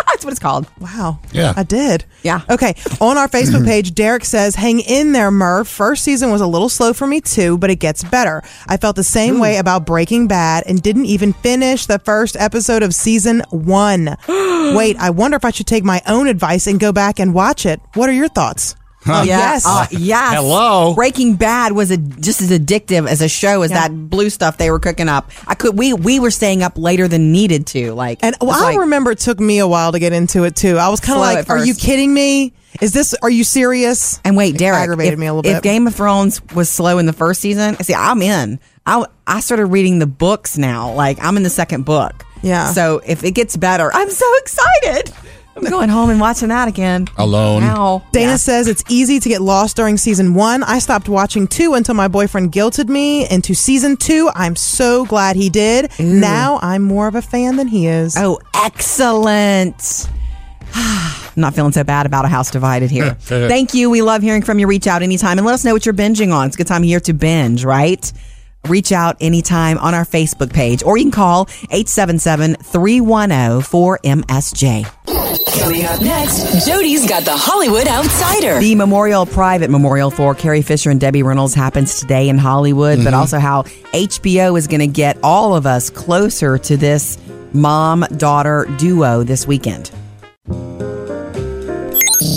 Speaker 1: That's what it's called.
Speaker 7: Wow.
Speaker 2: Yeah.
Speaker 7: I did.
Speaker 1: Yeah.
Speaker 7: Okay. On our Facebook page, Derek says, Hang in there, Murph. First season was a little slow for me too, but it gets better. I felt the same way about Breaking Bad and didn't even finish the first episode of season one. Wait, I wonder if I should take my own advice and go back and watch it. What are your thoughts? Oh,
Speaker 1: Yeah.
Speaker 7: yes.
Speaker 1: Uh, yes.
Speaker 2: Hello.
Speaker 1: Breaking Bad was a, just as addictive as a show as that blue stuff they were cooking up. I could we we were staying up later than needed to. Like
Speaker 7: And well,
Speaker 1: it's
Speaker 7: I
Speaker 1: like-
Speaker 7: remember it took me a while to get into it too. I was kind of
Speaker 1: Slow at
Speaker 7: like, "Are you
Speaker 1: first.
Speaker 7: kidding me? Is this? Are you serious?"
Speaker 1: and wait, Derek
Speaker 7: it aggravated
Speaker 1: if,
Speaker 7: me a little
Speaker 1: If
Speaker 7: bit.
Speaker 1: Game of Thrones was slow in the first season, see, I'm in. I I started reading the books now. Like I'm in the second book.
Speaker 7: Yeah.
Speaker 1: So if it gets better, I'm so excited. I'm going home and watching that again
Speaker 2: Alone.
Speaker 1: Now,
Speaker 7: Dana
Speaker 1: Yeah.
Speaker 7: says it's easy to get lost during season one. I stopped watching two until my boyfriend guilted me into season two. I'm so glad he did. Now I'm more of a fan than he is.
Speaker 1: Oh, excellent. I'm not feeling so bad about a house divided here. Thank you. We love hearing from you. Reach out anytime and let us know what you're binging on. It's a good time of year to binge, right? Reach out anytime on our Facebook page or you can call 877 310 4MSJ.
Speaker 3: Coming up next, Jody's got the Hollywood Outsider.
Speaker 1: The memorial, private memorial for Carrie Fisher and Debbie Reynolds happens today in Hollywood, but
Speaker 3: Mhm.
Speaker 1: also how HBO is going to get all of us closer to this mom daughter duo this weekend.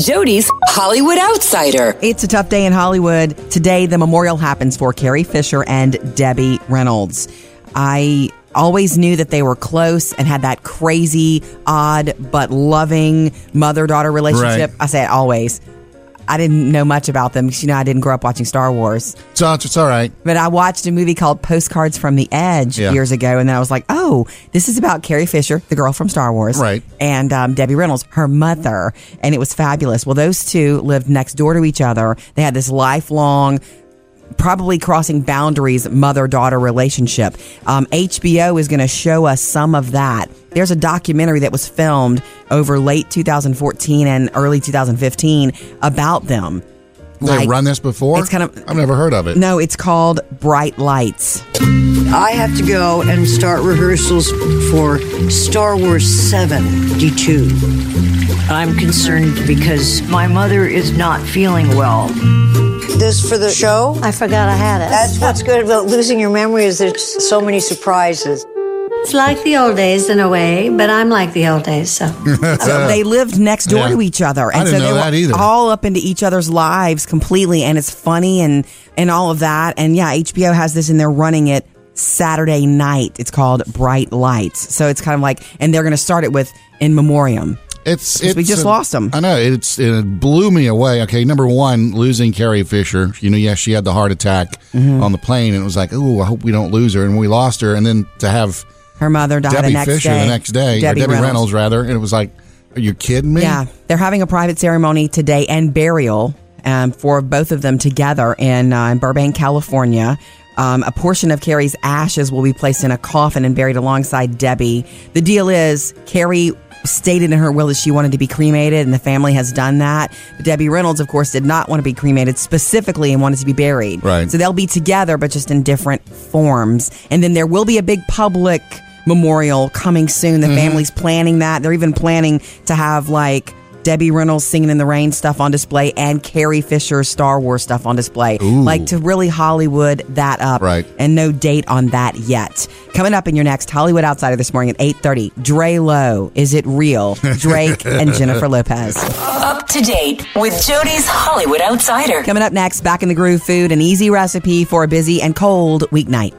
Speaker 3: Jody's Hollywood Outsider.
Speaker 1: It's a tough day in Hollywood. Today, the memorial happens for Carrie Fisher and Debbie Reynolds. I always knew that they were close and had that crazy, odd, but loving mother daughter relationship.
Speaker 2: Right.
Speaker 1: I say it always. I didn't know much about them because, you know, I didn't grow up watching Star Wars.
Speaker 2: So it's, all right.
Speaker 1: But I watched a movie called Postcards from the Edge
Speaker 2: Yeah.
Speaker 1: years ago, and then I was like, oh, this is about Carrie Fisher, the girl from Star Wars. Right. And um, Debbie Reynolds, her mother. And it was fabulous. Well, those two lived next door to each other. They had this lifelong, probably crossing boundaries, mother daughter relationship. Um, HBO is going to show us some of that. There's a documentary that was filmed over late 2014 and early 2015 about them.
Speaker 2: They run this before?
Speaker 1: It's kind of
Speaker 2: I've never heard of it.
Speaker 1: no, it's called Bright Lights.
Speaker 13: I have to go and start rehearsals for Star Wars 7 D2. I'm concerned because my mother is not feeling well. This for the show? I forgot I had it. That's what's good about losing your memory is there's so many surprises.
Speaker 14: It's like the old days in a way, but I'm like the old days, so.
Speaker 1: So they lived next door
Speaker 14: Yeah.
Speaker 1: to each other,
Speaker 14: I
Speaker 1: and
Speaker 14: didn't
Speaker 1: so
Speaker 14: know
Speaker 1: they
Speaker 14: that
Speaker 1: were
Speaker 14: either.
Speaker 1: all up into each other's lives completely. And it's funny and and all of that. And yeah, HBO has this, and they're running it Saturday night. It's called Bright Lights. So it's kind of like, and they're going to start it with in memoriam.
Speaker 2: It's,
Speaker 1: we just
Speaker 2: a-
Speaker 1: lost them.
Speaker 2: I know it's it blew me away. Okay, number one, losing Carrie Fisher. You know, yes, she had the heart attack
Speaker 1: Mm-hmm.
Speaker 2: on the plane, and it was like, oh, I hope we don't lose her. And we lost her, and then to have
Speaker 1: her mother died
Speaker 2: Debbie
Speaker 1: Ah, the next
Speaker 2: Fisher
Speaker 1: day.
Speaker 2: the next day,
Speaker 1: Debbie
Speaker 2: or Debbie
Speaker 1: Reynolds,
Speaker 2: Reynolds. rather, and it was like, are you kidding me?
Speaker 1: Yeah, they're having a private ceremony today and burial um, for both of them together in, uh, in Burbank, California. Um, a portion of Carrie's ashes will be placed in a coffin and buried alongside Debbie. The deal is, Carrie stated in her will that she wanted to be cremated, and the family has done that. But Debbie Reynolds, of course, did not want to be cremated specifically and wanted to be buried.
Speaker 2: Right.
Speaker 1: So they'll be together, but just in different forms. And then there will be a big public memorial coming soon. The family's planning that. They're even planning to have like Debbie Reynolds singing in the rain stuff on display and Carrie Fisher's Star Wars stuff on display. Like to really Hollywood that up. Right. And no date on that yet. Coming up in your next Hollywood Outsider this morning at 8:30, Dre Lowe, Is It Real? Drake and Jennifer Lopez.
Speaker 3: Up to date with Jody's Hollywood Outsider.
Speaker 1: Coming up next, back in the groove food, an easy recipe for a busy and cold weeknight.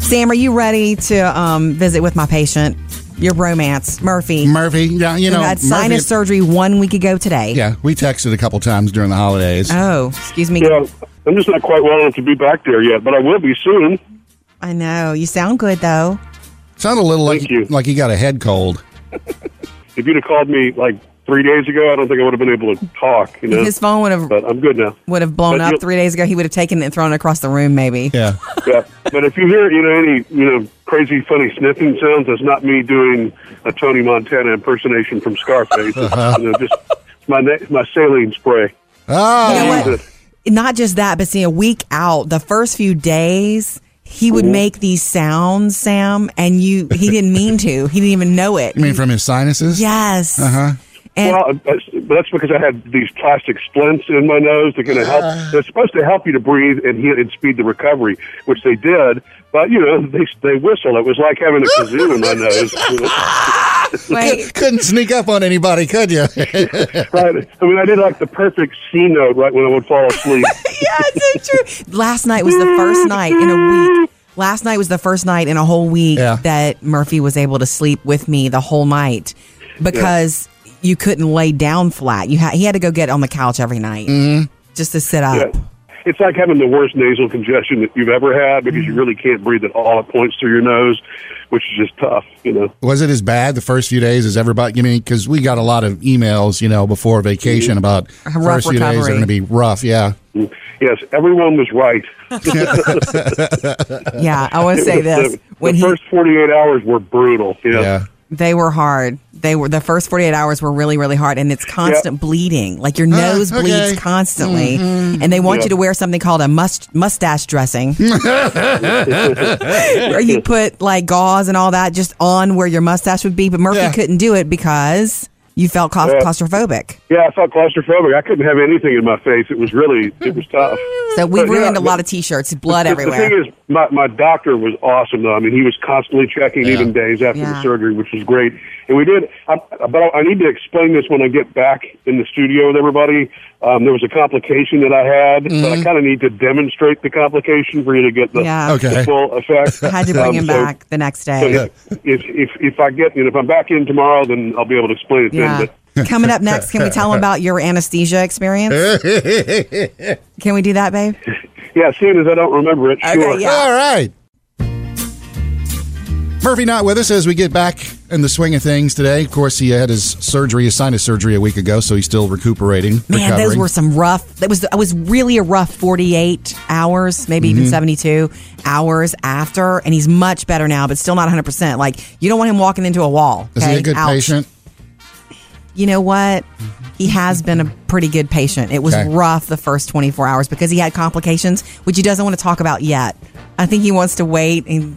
Speaker 1: Sam, are you ready to um, visit with my patient? Your bromance, Murphy.
Speaker 2: Murphy, yeah, you know,
Speaker 1: had sinus
Speaker 2: Murphy-
Speaker 1: surgery one week ago today.
Speaker 2: Yeah, we texted a couple times during the holidays.
Speaker 1: Oh, excuse me.
Speaker 8: Yeah, I'm just not quite well enough to be back there yet, but I will be soon.
Speaker 1: I know you sound good though.
Speaker 2: Sound a little like you. like you got a head cold.
Speaker 8: If you'd have called me like three days ago, I don't think I would have been able to talk. You know,
Speaker 1: His phone would have
Speaker 8: but I'm good now.
Speaker 1: would have blown
Speaker 8: But
Speaker 1: up
Speaker 8: you-
Speaker 1: three days ago. He would have taken it and thrown it across the room, maybe.
Speaker 2: Yeah.
Speaker 8: yeah. But if you hear, you know, any, you know, crazy, funny sniffing sounds, that's not me doing a Tony Montana impersonation from Scarface. It's, you know, just it's my na- my saline spray.
Speaker 2: Oh,
Speaker 1: You know what? Not just that, but see, a week out, the first few days, he
Speaker 8: Mm-hmm.
Speaker 1: would make these sounds, Sam, and you he didn't mean to. He didn't even know it.
Speaker 2: You mean from his sinuses?
Speaker 1: Yes. Uh
Speaker 2: huh.
Speaker 8: well, that's, but that's because I had these plastic splints in my nose. They're going to help.
Speaker 1: Uh.
Speaker 8: They're supposed to help you to breathe and heal and speed the recovery, which they did. But you know, they they whistle. It was like having a kazoo in my nose. you know.
Speaker 2: Couldn't sneak up on anybody, could you?
Speaker 8: right. I mean, I did like the perfect C note right when I would fall asleep.
Speaker 1: yeah, it's so true. Last night was the first night in a week. Last night was the first night in a whole week that Murphy was able to sleep with me the whole night because you couldn't lay down flat. You ha- he had to go get on the couch every night just to sit up.
Speaker 8: Yeah. It's like having the worst nasal congestion that you've ever had because
Speaker 1: Mm-hmm.
Speaker 8: you really can't breathe at all. It points through your nose, which is just tough, you know.
Speaker 2: Was it as bad the first few days as everybody? I mean, because we got a lot of emails, you know, before vacation
Speaker 1: Mm-hmm.
Speaker 2: about
Speaker 8: A rough
Speaker 2: first few days are
Speaker 8: recovery.
Speaker 2: going to be rough. Yeah.
Speaker 8: Mm. Yes, everyone was right.
Speaker 1: Yeah, I want to
Speaker 8: It
Speaker 1: say
Speaker 8: was-
Speaker 1: this.
Speaker 8: The, the first 48 hours were brutal. Yeah.
Speaker 2: Yeah.
Speaker 1: They were hard. They were the first 48 hours were really really hard and it's constant bleeding. Like your
Speaker 15: Ah,
Speaker 1: nose
Speaker 15: okay.
Speaker 1: bleeds constantly
Speaker 8: Mm-hmm.
Speaker 15: Mhm.
Speaker 1: and they want
Speaker 15: Yeah.
Speaker 1: you to wear something called a must, mustache dressing. where you put like gauze and all that just on where your mustache would be, but Murphy
Speaker 8: Yeah.
Speaker 1: couldn't do it because you felt cla-
Speaker 8: Yeah.
Speaker 1: claustrophobic.
Speaker 8: Yeah, I felt claustrophobic. I couldn't have anything in my face. It was really, it was tough.
Speaker 1: So we
Speaker 8: But, yeah,
Speaker 1: ruined a
Speaker 8: but-
Speaker 1: lot of t-shirts, blood
Speaker 8: the, The
Speaker 1: everywhere.
Speaker 8: thing is, my, my doctor was awesome, though. I mean, he was constantly checking even days after
Speaker 1: Yeah.
Speaker 8: the surgery, which was great. And we did, I, but I, I need to explain this when I get back in the studio with everybody. Um, there was a complication that I had, but I kind of need to demonstrate the complication for you to get the,
Speaker 1: Mm-hmm. Yeah. Okay.
Speaker 8: the full effect.
Speaker 1: Had to bring
Speaker 8: Um,
Speaker 1: him
Speaker 8: so-
Speaker 1: back the next
Speaker 8: So
Speaker 1: day.
Speaker 8: if, if, if, if I get, you know, if I'm back in tomorrow, then I'll be able to explain it
Speaker 1: Yeah.
Speaker 8: then. But
Speaker 1: Coming up next, can we tell him about your anesthesia experience? Can we do that, babe?
Speaker 8: yeah, seeing as I don't remember it, sure.
Speaker 1: yeah.
Speaker 2: All right. Murphy not with us as we get back in the swing of things today. Of course, he had his surgery, his sinus surgery a week ago, so he's still recuperating.
Speaker 1: Man,
Speaker 2: recovering.
Speaker 1: those were some rough. That was that was really a rough 48 hours, maybe even
Speaker 2: Mhm.
Speaker 1: 72 hours after, and he's much better now, but still not 100. percent Like you don't want him walking into a wall.
Speaker 2: Is he
Speaker 1: okay?
Speaker 2: a good
Speaker 1: Ouch.
Speaker 2: patient?
Speaker 1: You know what? He has been a pretty good patient. It was
Speaker 2: Okay.
Speaker 1: rough the first 24 hours because he had complications, which he doesn't want to talk about yet. I think he wants to wait and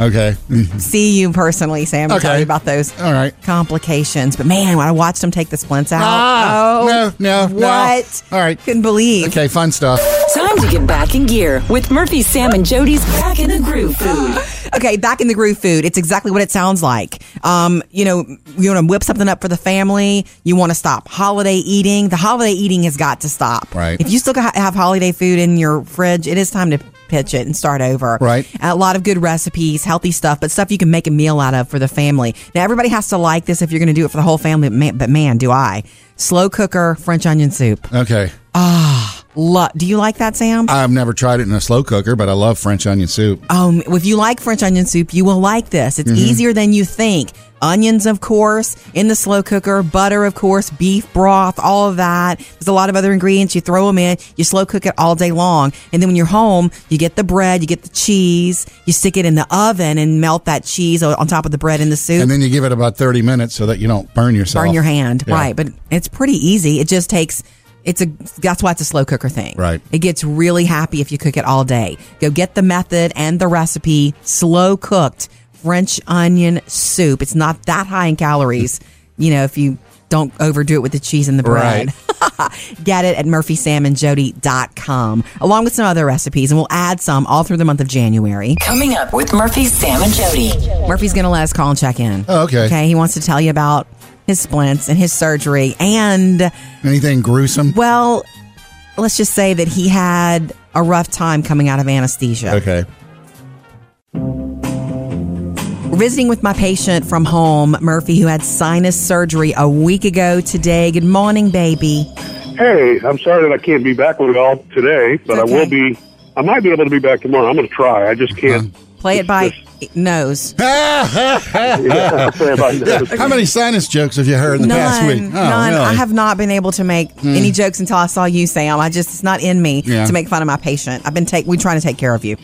Speaker 2: Okay.
Speaker 1: see you personally, Sam, to tell
Speaker 2: Okay.
Speaker 1: you about those
Speaker 2: All right.
Speaker 1: complications. But man, when I watched him take the splints out,
Speaker 2: Ah,
Speaker 1: oh,
Speaker 2: no, no,
Speaker 1: what?
Speaker 2: All right.
Speaker 1: Couldn't believe.
Speaker 2: Okay, fun stuff.
Speaker 3: Time to get back in gear with Murphy, Sam, and Jody's Back in the Groove Food.
Speaker 1: Okay, back in the groove food. It's exactly what it sounds like. Um, you know, you want to whip something up for the family. You want to stop holiday eating. The holiday eating has got to stop.
Speaker 2: Right.
Speaker 1: If you still ha- have holiday food in your fridge, it is time to pitch it and start over.
Speaker 2: Right.
Speaker 1: A lot of good recipes, healthy stuff, but stuff you can make a meal out of for the family. Now, everybody has to like this if you're going to do it for the whole family, but man, but man do I. Slow cooker French onion soup.
Speaker 2: Okay.
Speaker 1: Ah, lo- do you like that, Sam?
Speaker 2: I've never tried it in a slow cooker, but I love French onion soup.
Speaker 1: Um, if you like French onion soup, you will like this. It's
Speaker 2: Mhm.
Speaker 1: easier than you think. Onions, of course, in the slow cooker, butter, of course, beef broth, all of that. There's a lot of other ingredients. You throw them in, you slow cook it all day long. And then when you're home, you get the bread, you get the cheese, you stick it in the oven and melt that cheese on on top of the bread in the soup.
Speaker 2: And then you give it about 30 minutes so that you don't burn yourself.
Speaker 1: Burn your hand,
Speaker 2: Yeah.
Speaker 1: right? But it's pretty easy. It just takes. It's a. That's why it's a slow cooker thing.
Speaker 2: Right.
Speaker 1: It gets really happy if you cook it all day. Go get the method and the recipe. Slow cooked French onion soup. It's not that high in calories. You know, if you don't overdo it with the cheese and the bread. Get it at murphysamandjody.com along with some other recipes and we'll add some all through the month of January.
Speaker 3: Coming up with Murphy, Sam, and Jody.
Speaker 1: Murphy's going to let us call and check in.
Speaker 2: Oh, okay.
Speaker 1: Okay. He wants to tell you about his splints and his surgery and
Speaker 2: anything gruesome.
Speaker 1: Well, let's just say that he had a rough time coming out of anesthesia.
Speaker 2: Okay.
Speaker 1: Visiting with my patient from home, Murphy, who had sinus surgery a week ago today. Good morning, baby.
Speaker 8: Hey, I'm sorry that I can't be back with y'all today, but I will be. I might be able to be back tomorrow. I'm going to try. I just can't.
Speaker 1: Play it by nose.
Speaker 8: Yeah, play it by nose.
Speaker 2: How many sinus jokes have you heard in the past week? Oh,
Speaker 1: none.
Speaker 2: really?
Speaker 1: I have not been able to make
Speaker 2: Hmm.
Speaker 1: any jokes until I saw you, Sam. I just it's not in me
Speaker 2: Yeah.
Speaker 1: to make fun of my patient. I've been take we trying to take care of you.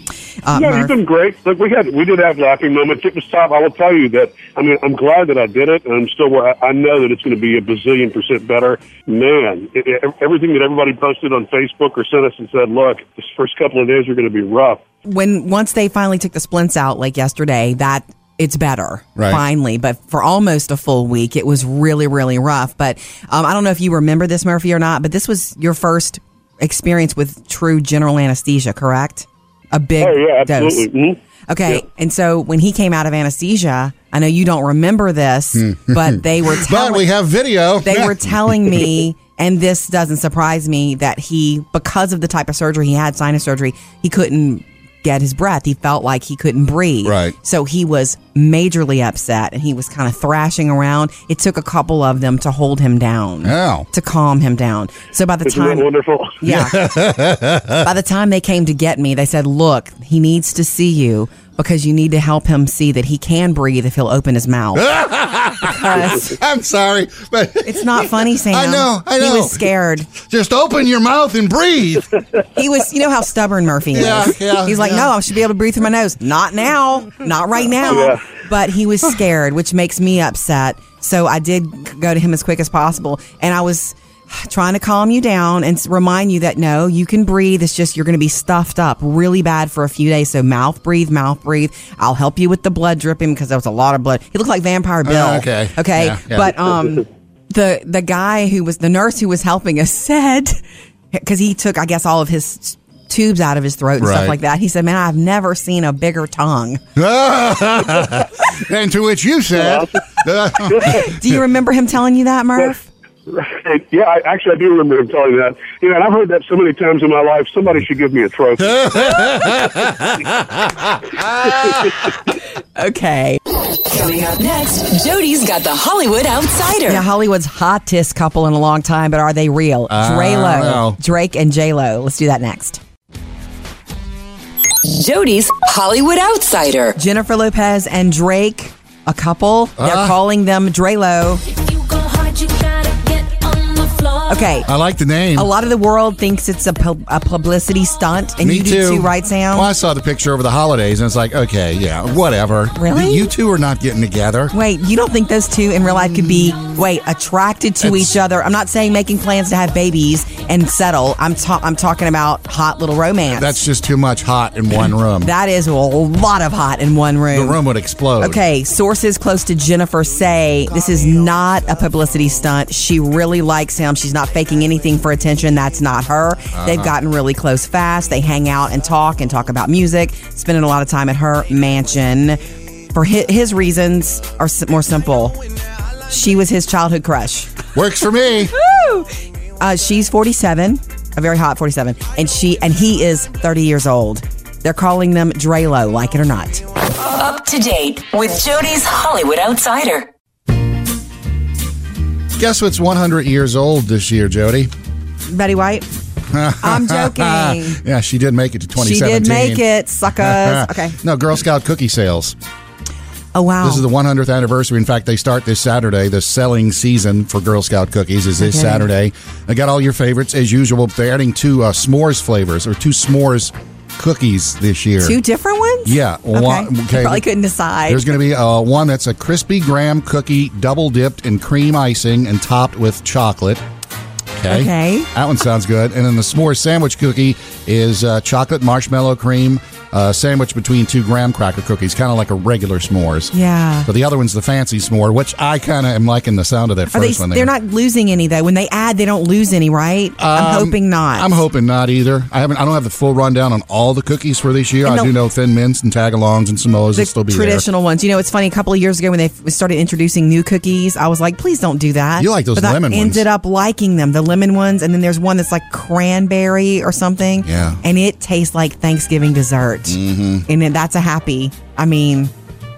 Speaker 1: Uh,
Speaker 8: no,
Speaker 1: Murph.
Speaker 8: you've been great. Look, we had we did have laughing moments. It was tough. I will tell you that. I mean, I'm glad that I did it, and I'm still. where I I know that it's going to be a bazillion percent better. Man, it, it- everything that everybody posted on Facebook or sent us and said, "Look, this first couple of days are going to be rough."
Speaker 1: when once they finally took the splints out like yesterday that it's better
Speaker 8: Right.
Speaker 1: finally but for almost a full week it was really really rough but um, i don't know if you remember this murphy or not but this was your first experience with true general anesthesia correct a big
Speaker 8: Oh yeah,
Speaker 1: dose
Speaker 8: absolutely. Mhm.
Speaker 1: okay and so when he came out of anesthesia i know you don't remember this but they were telling
Speaker 2: we have video
Speaker 1: they were telling me and this doesn't surprise me that he because of the type of surgery he had sinus surgery he couldn't get his breath he felt like he couldn't breathe right so he was majorly upset and he was kind of thrashing around it took a couple of them to hold him down to calm him down so by the
Speaker 8: Isn't
Speaker 1: time
Speaker 8: that wonderful?
Speaker 1: Yeah. by the time they came to get me, they said, "Look, he needs to see you because you need to help him see that he can breathe if he'll open his mouth." Because-
Speaker 2: I'm sorry, but
Speaker 1: it's not funny, Sam.
Speaker 2: I know, I know.
Speaker 1: He was scared.
Speaker 2: Just open your mouth and breathe.
Speaker 1: He was, you know how stubborn Murphy
Speaker 2: Yeah,
Speaker 1: is.
Speaker 2: yeah,
Speaker 1: He's like,
Speaker 2: yeah.
Speaker 1: no, I should be able to breathe through my nose. Not now. Not right now.
Speaker 2: Yeah.
Speaker 1: but he was scared, which makes me upset. So I did c- go to him as quick as possible, and I was trying to calm you down and s- remind you that no, you can breathe. It's just you're going to be stuffed up really bad for a few days. So mouth breathe, mouth breathe. I'll help you with the blood dripping because there was a lot of blood. He looked like Vampire Bill.
Speaker 2: Oh, okay.
Speaker 1: okay,
Speaker 2: Yeah, yeah.
Speaker 1: but um, the the guy who was the nurse who was helping us said because he took I guess all of his tubes out of his throat and
Speaker 2: Right.
Speaker 1: stuff like that. He said, "Man, I've never seen a bigger tongue."
Speaker 2: and to which you said,
Speaker 8: Mm-hmm.
Speaker 1: Do you remember him telling you that, Murph?
Speaker 8: Right. Yeah, I, actually, I do remember him telling me that. You know, and I've heard that so many times in my life. Somebody should give me a trophy.
Speaker 1: okay.
Speaker 3: Coming up next, Jody's got the Hollywood Outsider.
Speaker 1: Yeah, Hollywood's hottest couple in a long time, but are they real?
Speaker 3: I don't
Speaker 1: Drake-Lo.
Speaker 3: know.
Speaker 1: Drake and J Lo. Let's do that next.
Speaker 3: Jody's Hollywood Outsider.
Speaker 1: Jennifer Lopez and Drake, a couple. They're
Speaker 2: Uh.
Speaker 1: calling them Drake-Lo. Okay.
Speaker 2: I like the name.
Speaker 1: A lot of the world thinks it's a, pu- a publicity stunt, and
Speaker 2: Me
Speaker 1: you
Speaker 2: too.
Speaker 1: do too, right, Sam?
Speaker 2: Well, I saw the picture over the holidays, and it's like, okay, yeah, whatever.
Speaker 1: Really?
Speaker 2: You two are not getting together.
Speaker 1: Wait, you don't think those two in real life could be wait attracted to each other? I'm not saying making plans to have babies and settle. I'm ta- I'm talking about hot little romance.
Speaker 2: That's just too much hot in one room.
Speaker 1: That is a lot of hot in one
Speaker 2: the
Speaker 1: room.
Speaker 2: room would explode.
Speaker 1: Okay, sources close to Jennifer say this is not a publicity stunt. She really likes him. She's not faking anything for attention. That's not her. They've gotten really close fast. They hang out and talk and talk about music, spending a lot of time at her mansion. For his, his reasons are s- more simple. She was his childhood crush.
Speaker 2: Works for me.
Speaker 1: Woo! Uh, she's 47, a very hot 47, and she and he is 30 years old. They're calling them Drelo, like it or not.
Speaker 3: Up to date with Jody's Hollywood Outsider.
Speaker 2: Guess what's 100 years old this year, Jody?
Speaker 1: Betty White. I'm joking.
Speaker 2: yeah, she did make it to
Speaker 1: She
Speaker 2: 2017.
Speaker 1: did make it, suckers. okay.
Speaker 2: no, Girl Scout cookie sales.
Speaker 1: Oh wow.
Speaker 2: This is the 100th anniversary. In fact, they start this Saturday. The selling season for Girl Scout cookies is this
Speaker 1: Okay.
Speaker 2: Saturday. I got all your favorites as usual. They're adding two uh, s'mores flavors or two s'mores cookies this year.
Speaker 1: Two different ones.
Speaker 2: Yeah.
Speaker 1: Okay.
Speaker 2: One-
Speaker 1: I probably couldn't decide.
Speaker 2: There's going to be uh, one that's a crispy graham cookie, double dipped in cream icing and topped with chocolate. Okay.
Speaker 1: Okay.
Speaker 2: That one sounds good. And then the s'more sandwich cookie is uh, chocolate marshmallow cream uh, sandwich between two graham cracker cookies, kind of like a regular s'mores.
Speaker 1: Yeah.
Speaker 2: So the other one's the fancy s'more, which I kind of am liking the sound of that
Speaker 1: Are
Speaker 2: first
Speaker 1: they?
Speaker 2: one.
Speaker 1: They're not losing any though. When they add, they don't lose any, right? I'm
Speaker 2: Um,
Speaker 1: hoping not.
Speaker 2: I'm hoping not either. I haven't. I don't have the full rundown on all the cookies for this year.
Speaker 1: And
Speaker 2: I
Speaker 1: the-
Speaker 2: do know thin mints and tagalongs and Samoas will still be there.
Speaker 1: Traditional ones. You know, it's funny. A couple of years ago, when they f- started introducing new cookies, I was like, "Please don't do that."
Speaker 2: You like those
Speaker 1: but
Speaker 2: lemon
Speaker 1: I
Speaker 2: ones.
Speaker 1: Ended up liking them, the lemon ones, and then there's one that's like cranberry or something.
Speaker 2: Yeah.
Speaker 1: and it tastes like Thanksgiving dessert, mm-hmm. and then that's a happy. I mean,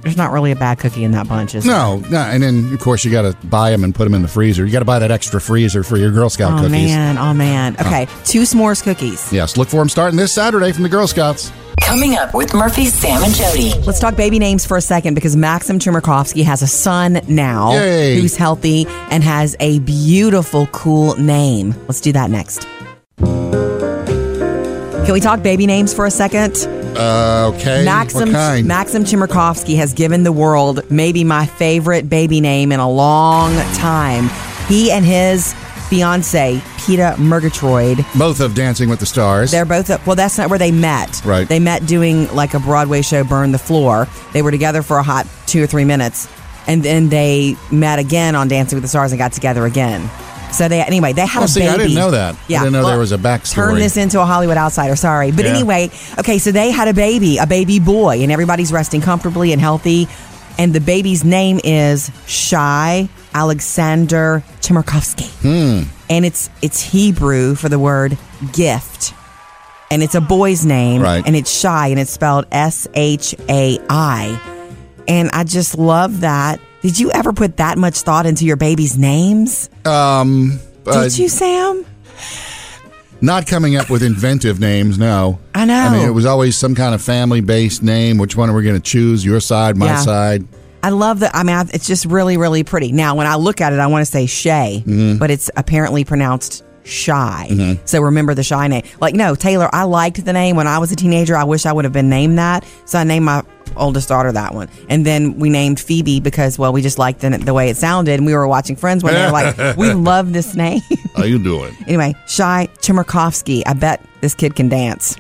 Speaker 1: there's not really a bad cookie in that bunch, is there?
Speaker 2: No, no, and then of course you got to buy them and put them in the freezer. You got to buy that extra freezer for your Girl Scout
Speaker 1: Oh
Speaker 2: cookies.
Speaker 1: man, oh man. Okay, two s'mores cookies.
Speaker 2: Yes, look for them starting this Saturday from the Girl Scouts.
Speaker 3: Coming up with Murphy, Sam, and Jody.
Speaker 1: Let's talk baby names for a second because Maxim Chumakovsky has a son now
Speaker 2: Yay.
Speaker 1: who's healthy and has a beautiful, cool name. Let's do that next. Can we talk baby names for a second?
Speaker 2: Uh, okay.
Speaker 1: Maxim
Speaker 2: what kind?
Speaker 1: Maxim Chimerkovsky has given the world maybe my favorite baby name in a long time. He and his fiance, Peta Murgatroyd,
Speaker 2: Both of Dancing with the Stars.
Speaker 1: they're both up. Well, that's not where they met.
Speaker 2: Right.
Speaker 1: They met doing like a Broadway show, Burn the Floor. They were together for a hot two or three minutes. And then they met again on Dancing with the Stars and got together again. So they, anyway, they had
Speaker 2: Oh,
Speaker 1: a
Speaker 2: see,
Speaker 1: baby.
Speaker 2: I didn't know that. I
Speaker 1: Yeah.
Speaker 2: didn't know there was a backstory.
Speaker 1: Turn this into a Hollywood outsider. Sorry. But
Speaker 2: Yeah.
Speaker 1: anyway, okay, so they had a baby, a baby boy, and everybody's resting comfortably and healthy. And the baby's name is Shy Alexander Chimerkovsky
Speaker 2: Hmm.
Speaker 1: and it's it's Hebrew for the word gift. And it's a boy's name,
Speaker 2: Right.
Speaker 1: and it's shy, and it's spelled S H A I. And I just love that. Did you ever put that much thought into your baby's names?
Speaker 2: um, uh,
Speaker 1: Did you, Sam?
Speaker 2: Not coming up with inventive names, no.
Speaker 1: I know.
Speaker 2: I mean, it was always some kind of family based name. Which one are we going to choose? Your side, my
Speaker 1: Yeah.
Speaker 2: side?
Speaker 1: I love that. I mean, I, it's just really, really pretty. Now, when I look at it, I want to say Shay, but it's apparently pronounced shy. So remember the shy name. Like, no, Taylor, I liked the name when I was a teenager. I wish I would have been named that. So I named my oldest daughter that one. And then we named Phoebe because, well, we just liked the, the way it sounded. And we were watching Friends when they were like, we love this name.
Speaker 2: How you doing?
Speaker 1: anyway, Shy Chimerkovsky. I bet this kid can dance.